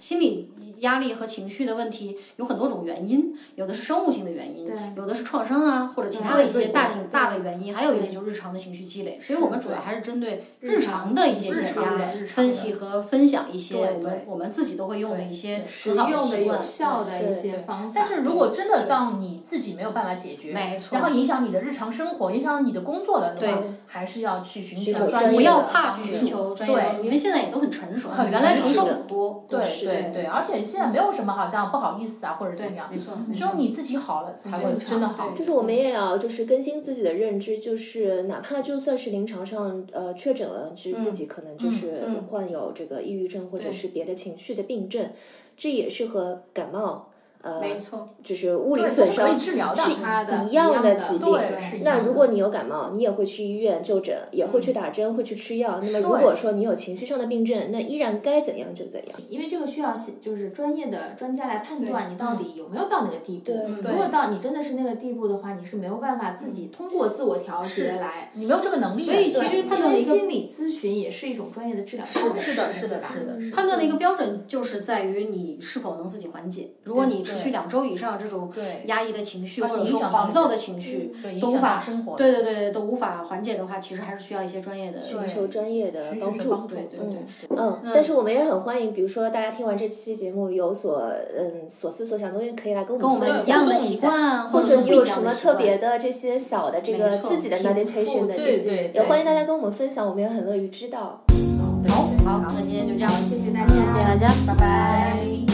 [SPEAKER 2] 心理压力和情绪的问题有很多种原因，有的是生物性的原因
[SPEAKER 1] 对，
[SPEAKER 2] 有的是创伤啊，或者其他的一些大
[SPEAKER 1] 对
[SPEAKER 2] 情
[SPEAKER 1] 对
[SPEAKER 2] 大的原因，还有一些就是日常的情绪积累。所以我们主要还是针对日常的一些减
[SPEAKER 1] 日常
[SPEAKER 2] 压
[SPEAKER 1] 的日常的
[SPEAKER 2] 分析和分享一些
[SPEAKER 3] 对
[SPEAKER 2] 我们
[SPEAKER 3] 对
[SPEAKER 2] 我们自己都会用的一些
[SPEAKER 1] 实
[SPEAKER 2] 很好
[SPEAKER 1] 用的、
[SPEAKER 2] 习
[SPEAKER 1] 有
[SPEAKER 2] 惯。
[SPEAKER 1] 效的一
[SPEAKER 6] 对
[SPEAKER 1] 些
[SPEAKER 6] 对
[SPEAKER 1] 方法。
[SPEAKER 3] 但是如果真的到你自己没有办法解决，
[SPEAKER 2] 没错
[SPEAKER 3] 然后影响你的日常生活，影响你的工作了的话
[SPEAKER 2] 对，
[SPEAKER 3] 还是要去寻
[SPEAKER 6] 寻
[SPEAKER 3] 求
[SPEAKER 6] 求
[SPEAKER 3] 专业的
[SPEAKER 6] 专业
[SPEAKER 2] 不要
[SPEAKER 6] 的
[SPEAKER 2] 怕去寻求专业帮助，因为现在也都很成熟，
[SPEAKER 3] 很
[SPEAKER 2] 原来
[SPEAKER 3] 成
[SPEAKER 2] 成熟
[SPEAKER 6] 熟
[SPEAKER 2] 很多。
[SPEAKER 3] 对
[SPEAKER 6] 是
[SPEAKER 3] 对对，而且现在没有什么好像不好意思啊或者怎
[SPEAKER 2] 对
[SPEAKER 3] 么，样
[SPEAKER 2] 没，错。
[SPEAKER 3] 只有你自己好了才会
[SPEAKER 1] 正常
[SPEAKER 3] 真的好。
[SPEAKER 2] 对
[SPEAKER 6] 就是我们也要就是更新自己的认知，就是哪怕就算是临床上呃确诊了，是
[SPEAKER 3] 嗯
[SPEAKER 6] 自己可能就是
[SPEAKER 2] 嗯嗯
[SPEAKER 6] 患有这个抑郁症或者
[SPEAKER 2] 对
[SPEAKER 6] 是别的情绪的病症，这也是和感冒呃
[SPEAKER 2] 没错，
[SPEAKER 6] 就是物理
[SPEAKER 3] 对
[SPEAKER 6] 损
[SPEAKER 3] 可以
[SPEAKER 6] 伤
[SPEAKER 3] 治疗的
[SPEAKER 6] 是
[SPEAKER 1] 它的
[SPEAKER 6] 一样
[SPEAKER 1] 的
[SPEAKER 6] 的疾病
[SPEAKER 3] 对是一样
[SPEAKER 6] 那
[SPEAKER 3] 的
[SPEAKER 6] 如果你有感冒，你也会去医院就诊，也会去打针，会去吃药。那么如
[SPEAKER 3] 对
[SPEAKER 6] 果说你有情绪上的病症，那依然该怎样就怎样。
[SPEAKER 1] 因为这个需要写就是专业的专家来判断你到底有没有到那个地步。
[SPEAKER 6] 对
[SPEAKER 1] 如果到你真的是那个地步的话，你是没有办法自己通过自我调节来。
[SPEAKER 3] 你没有这个能力，
[SPEAKER 2] 所以其
[SPEAKER 3] 对
[SPEAKER 2] 实判
[SPEAKER 1] 因
[SPEAKER 2] 断
[SPEAKER 1] 为
[SPEAKER 2] 一个
[SPEAKER 1] 心理咨询也是一种专业的治疗方式，
[SPEAKER 3] 是的，是的，
[SPEAKER 1] 吧
[SPEAKER 3] 是的，是的
[SPEAKER 2] 判断的一个标准就是在于你是否能自己缓解。如果你持续两周以上这种
[SPEAKER 3] 对
[SPEAKER 2] 压抑的情绪，
[SPEAKER 3] 而
[SPEAKER 2] 或
[SPEAKER 3] 且
[SPEAKER 2] 者说
[SPEAKER 3] 影响到
[SPEAKER 2] 狂
[SPEAKER 3] 你
[SPEAKER 2] 躁的情绪，
[SPEAKER 3] 对，
[SPEAKER 2] 都
[SPEAKER 3] 影响
[SPEAKER 2] 无法
[SPEAKER 3] 到生活的，
[SPEAKER 2] 对对对，都无法缓解的话，其实还是需要一些专业的。
[SPEAKER 3] 对
[SPEAKER 6] 求专业的
[SPEAKER 3] 寻
[SPEAKER 6] 帮
[SPEAKER 3] 求
[SPEAKER 6] 助。
[SPEAKER 3] 帮助，
[SPEAKER 2] 对
[SPEAKER 3] 对
[SPEAKER 2] 对
[SPEAKER 3] 对。
[SPEAKER 6] 嗯，但是我们也很欢迎，比如说大家听完这期节目有所嗯所思所想的东西，可以来跟
[SPEAKER 2] 跟
[SPEAKER 6] 我
[SPEAKER 2] 我
[SPEAKER 6] 们分
[SPEAKER 2] 们
[SPEAKER 6] 享
[SPEAKER 2] 一样的
[SPEAKER 3] 动
[SPEAKER 2] 习
[SPEAKER 3] 一下
[SPEAKER 2] 惯，
[SPEAKER 6] 或者
[SPEAKER 2] 是
[SPEAKER 6] 你
[SPEAKER 2] 不一
[SPEAKER 6] 有
[SPEAKER 2] 样的
[SPEAKER 6] 什么
[SPEAKER 2] 习
[SPEAKER 6] 特
[SPEAKER 2] 惯
[SPEAKER 6] 别的这些小的这个
[SPEAKER 2] 没错
[SPEAKER 6] 自己的
[SPEAKER 2] 平复
[SPEAKER 6] meditation 的这
[SPEAKER 3] 对
[SPEAKER 6] 些，
[SPEAKER 3] 对
[SPEAKER 6] 也
[SPEAKER 3] 对
[SPEAKER 6] 欢迎大家跟我们分享，我们也很乐于知道。
[SPEAKER 2] 好，好，那今天就这样，
[SPEAKER 1] 谢谢大家，
[SPEAKER 6] 谢谢大家
[SPEAKER 1] 拜拜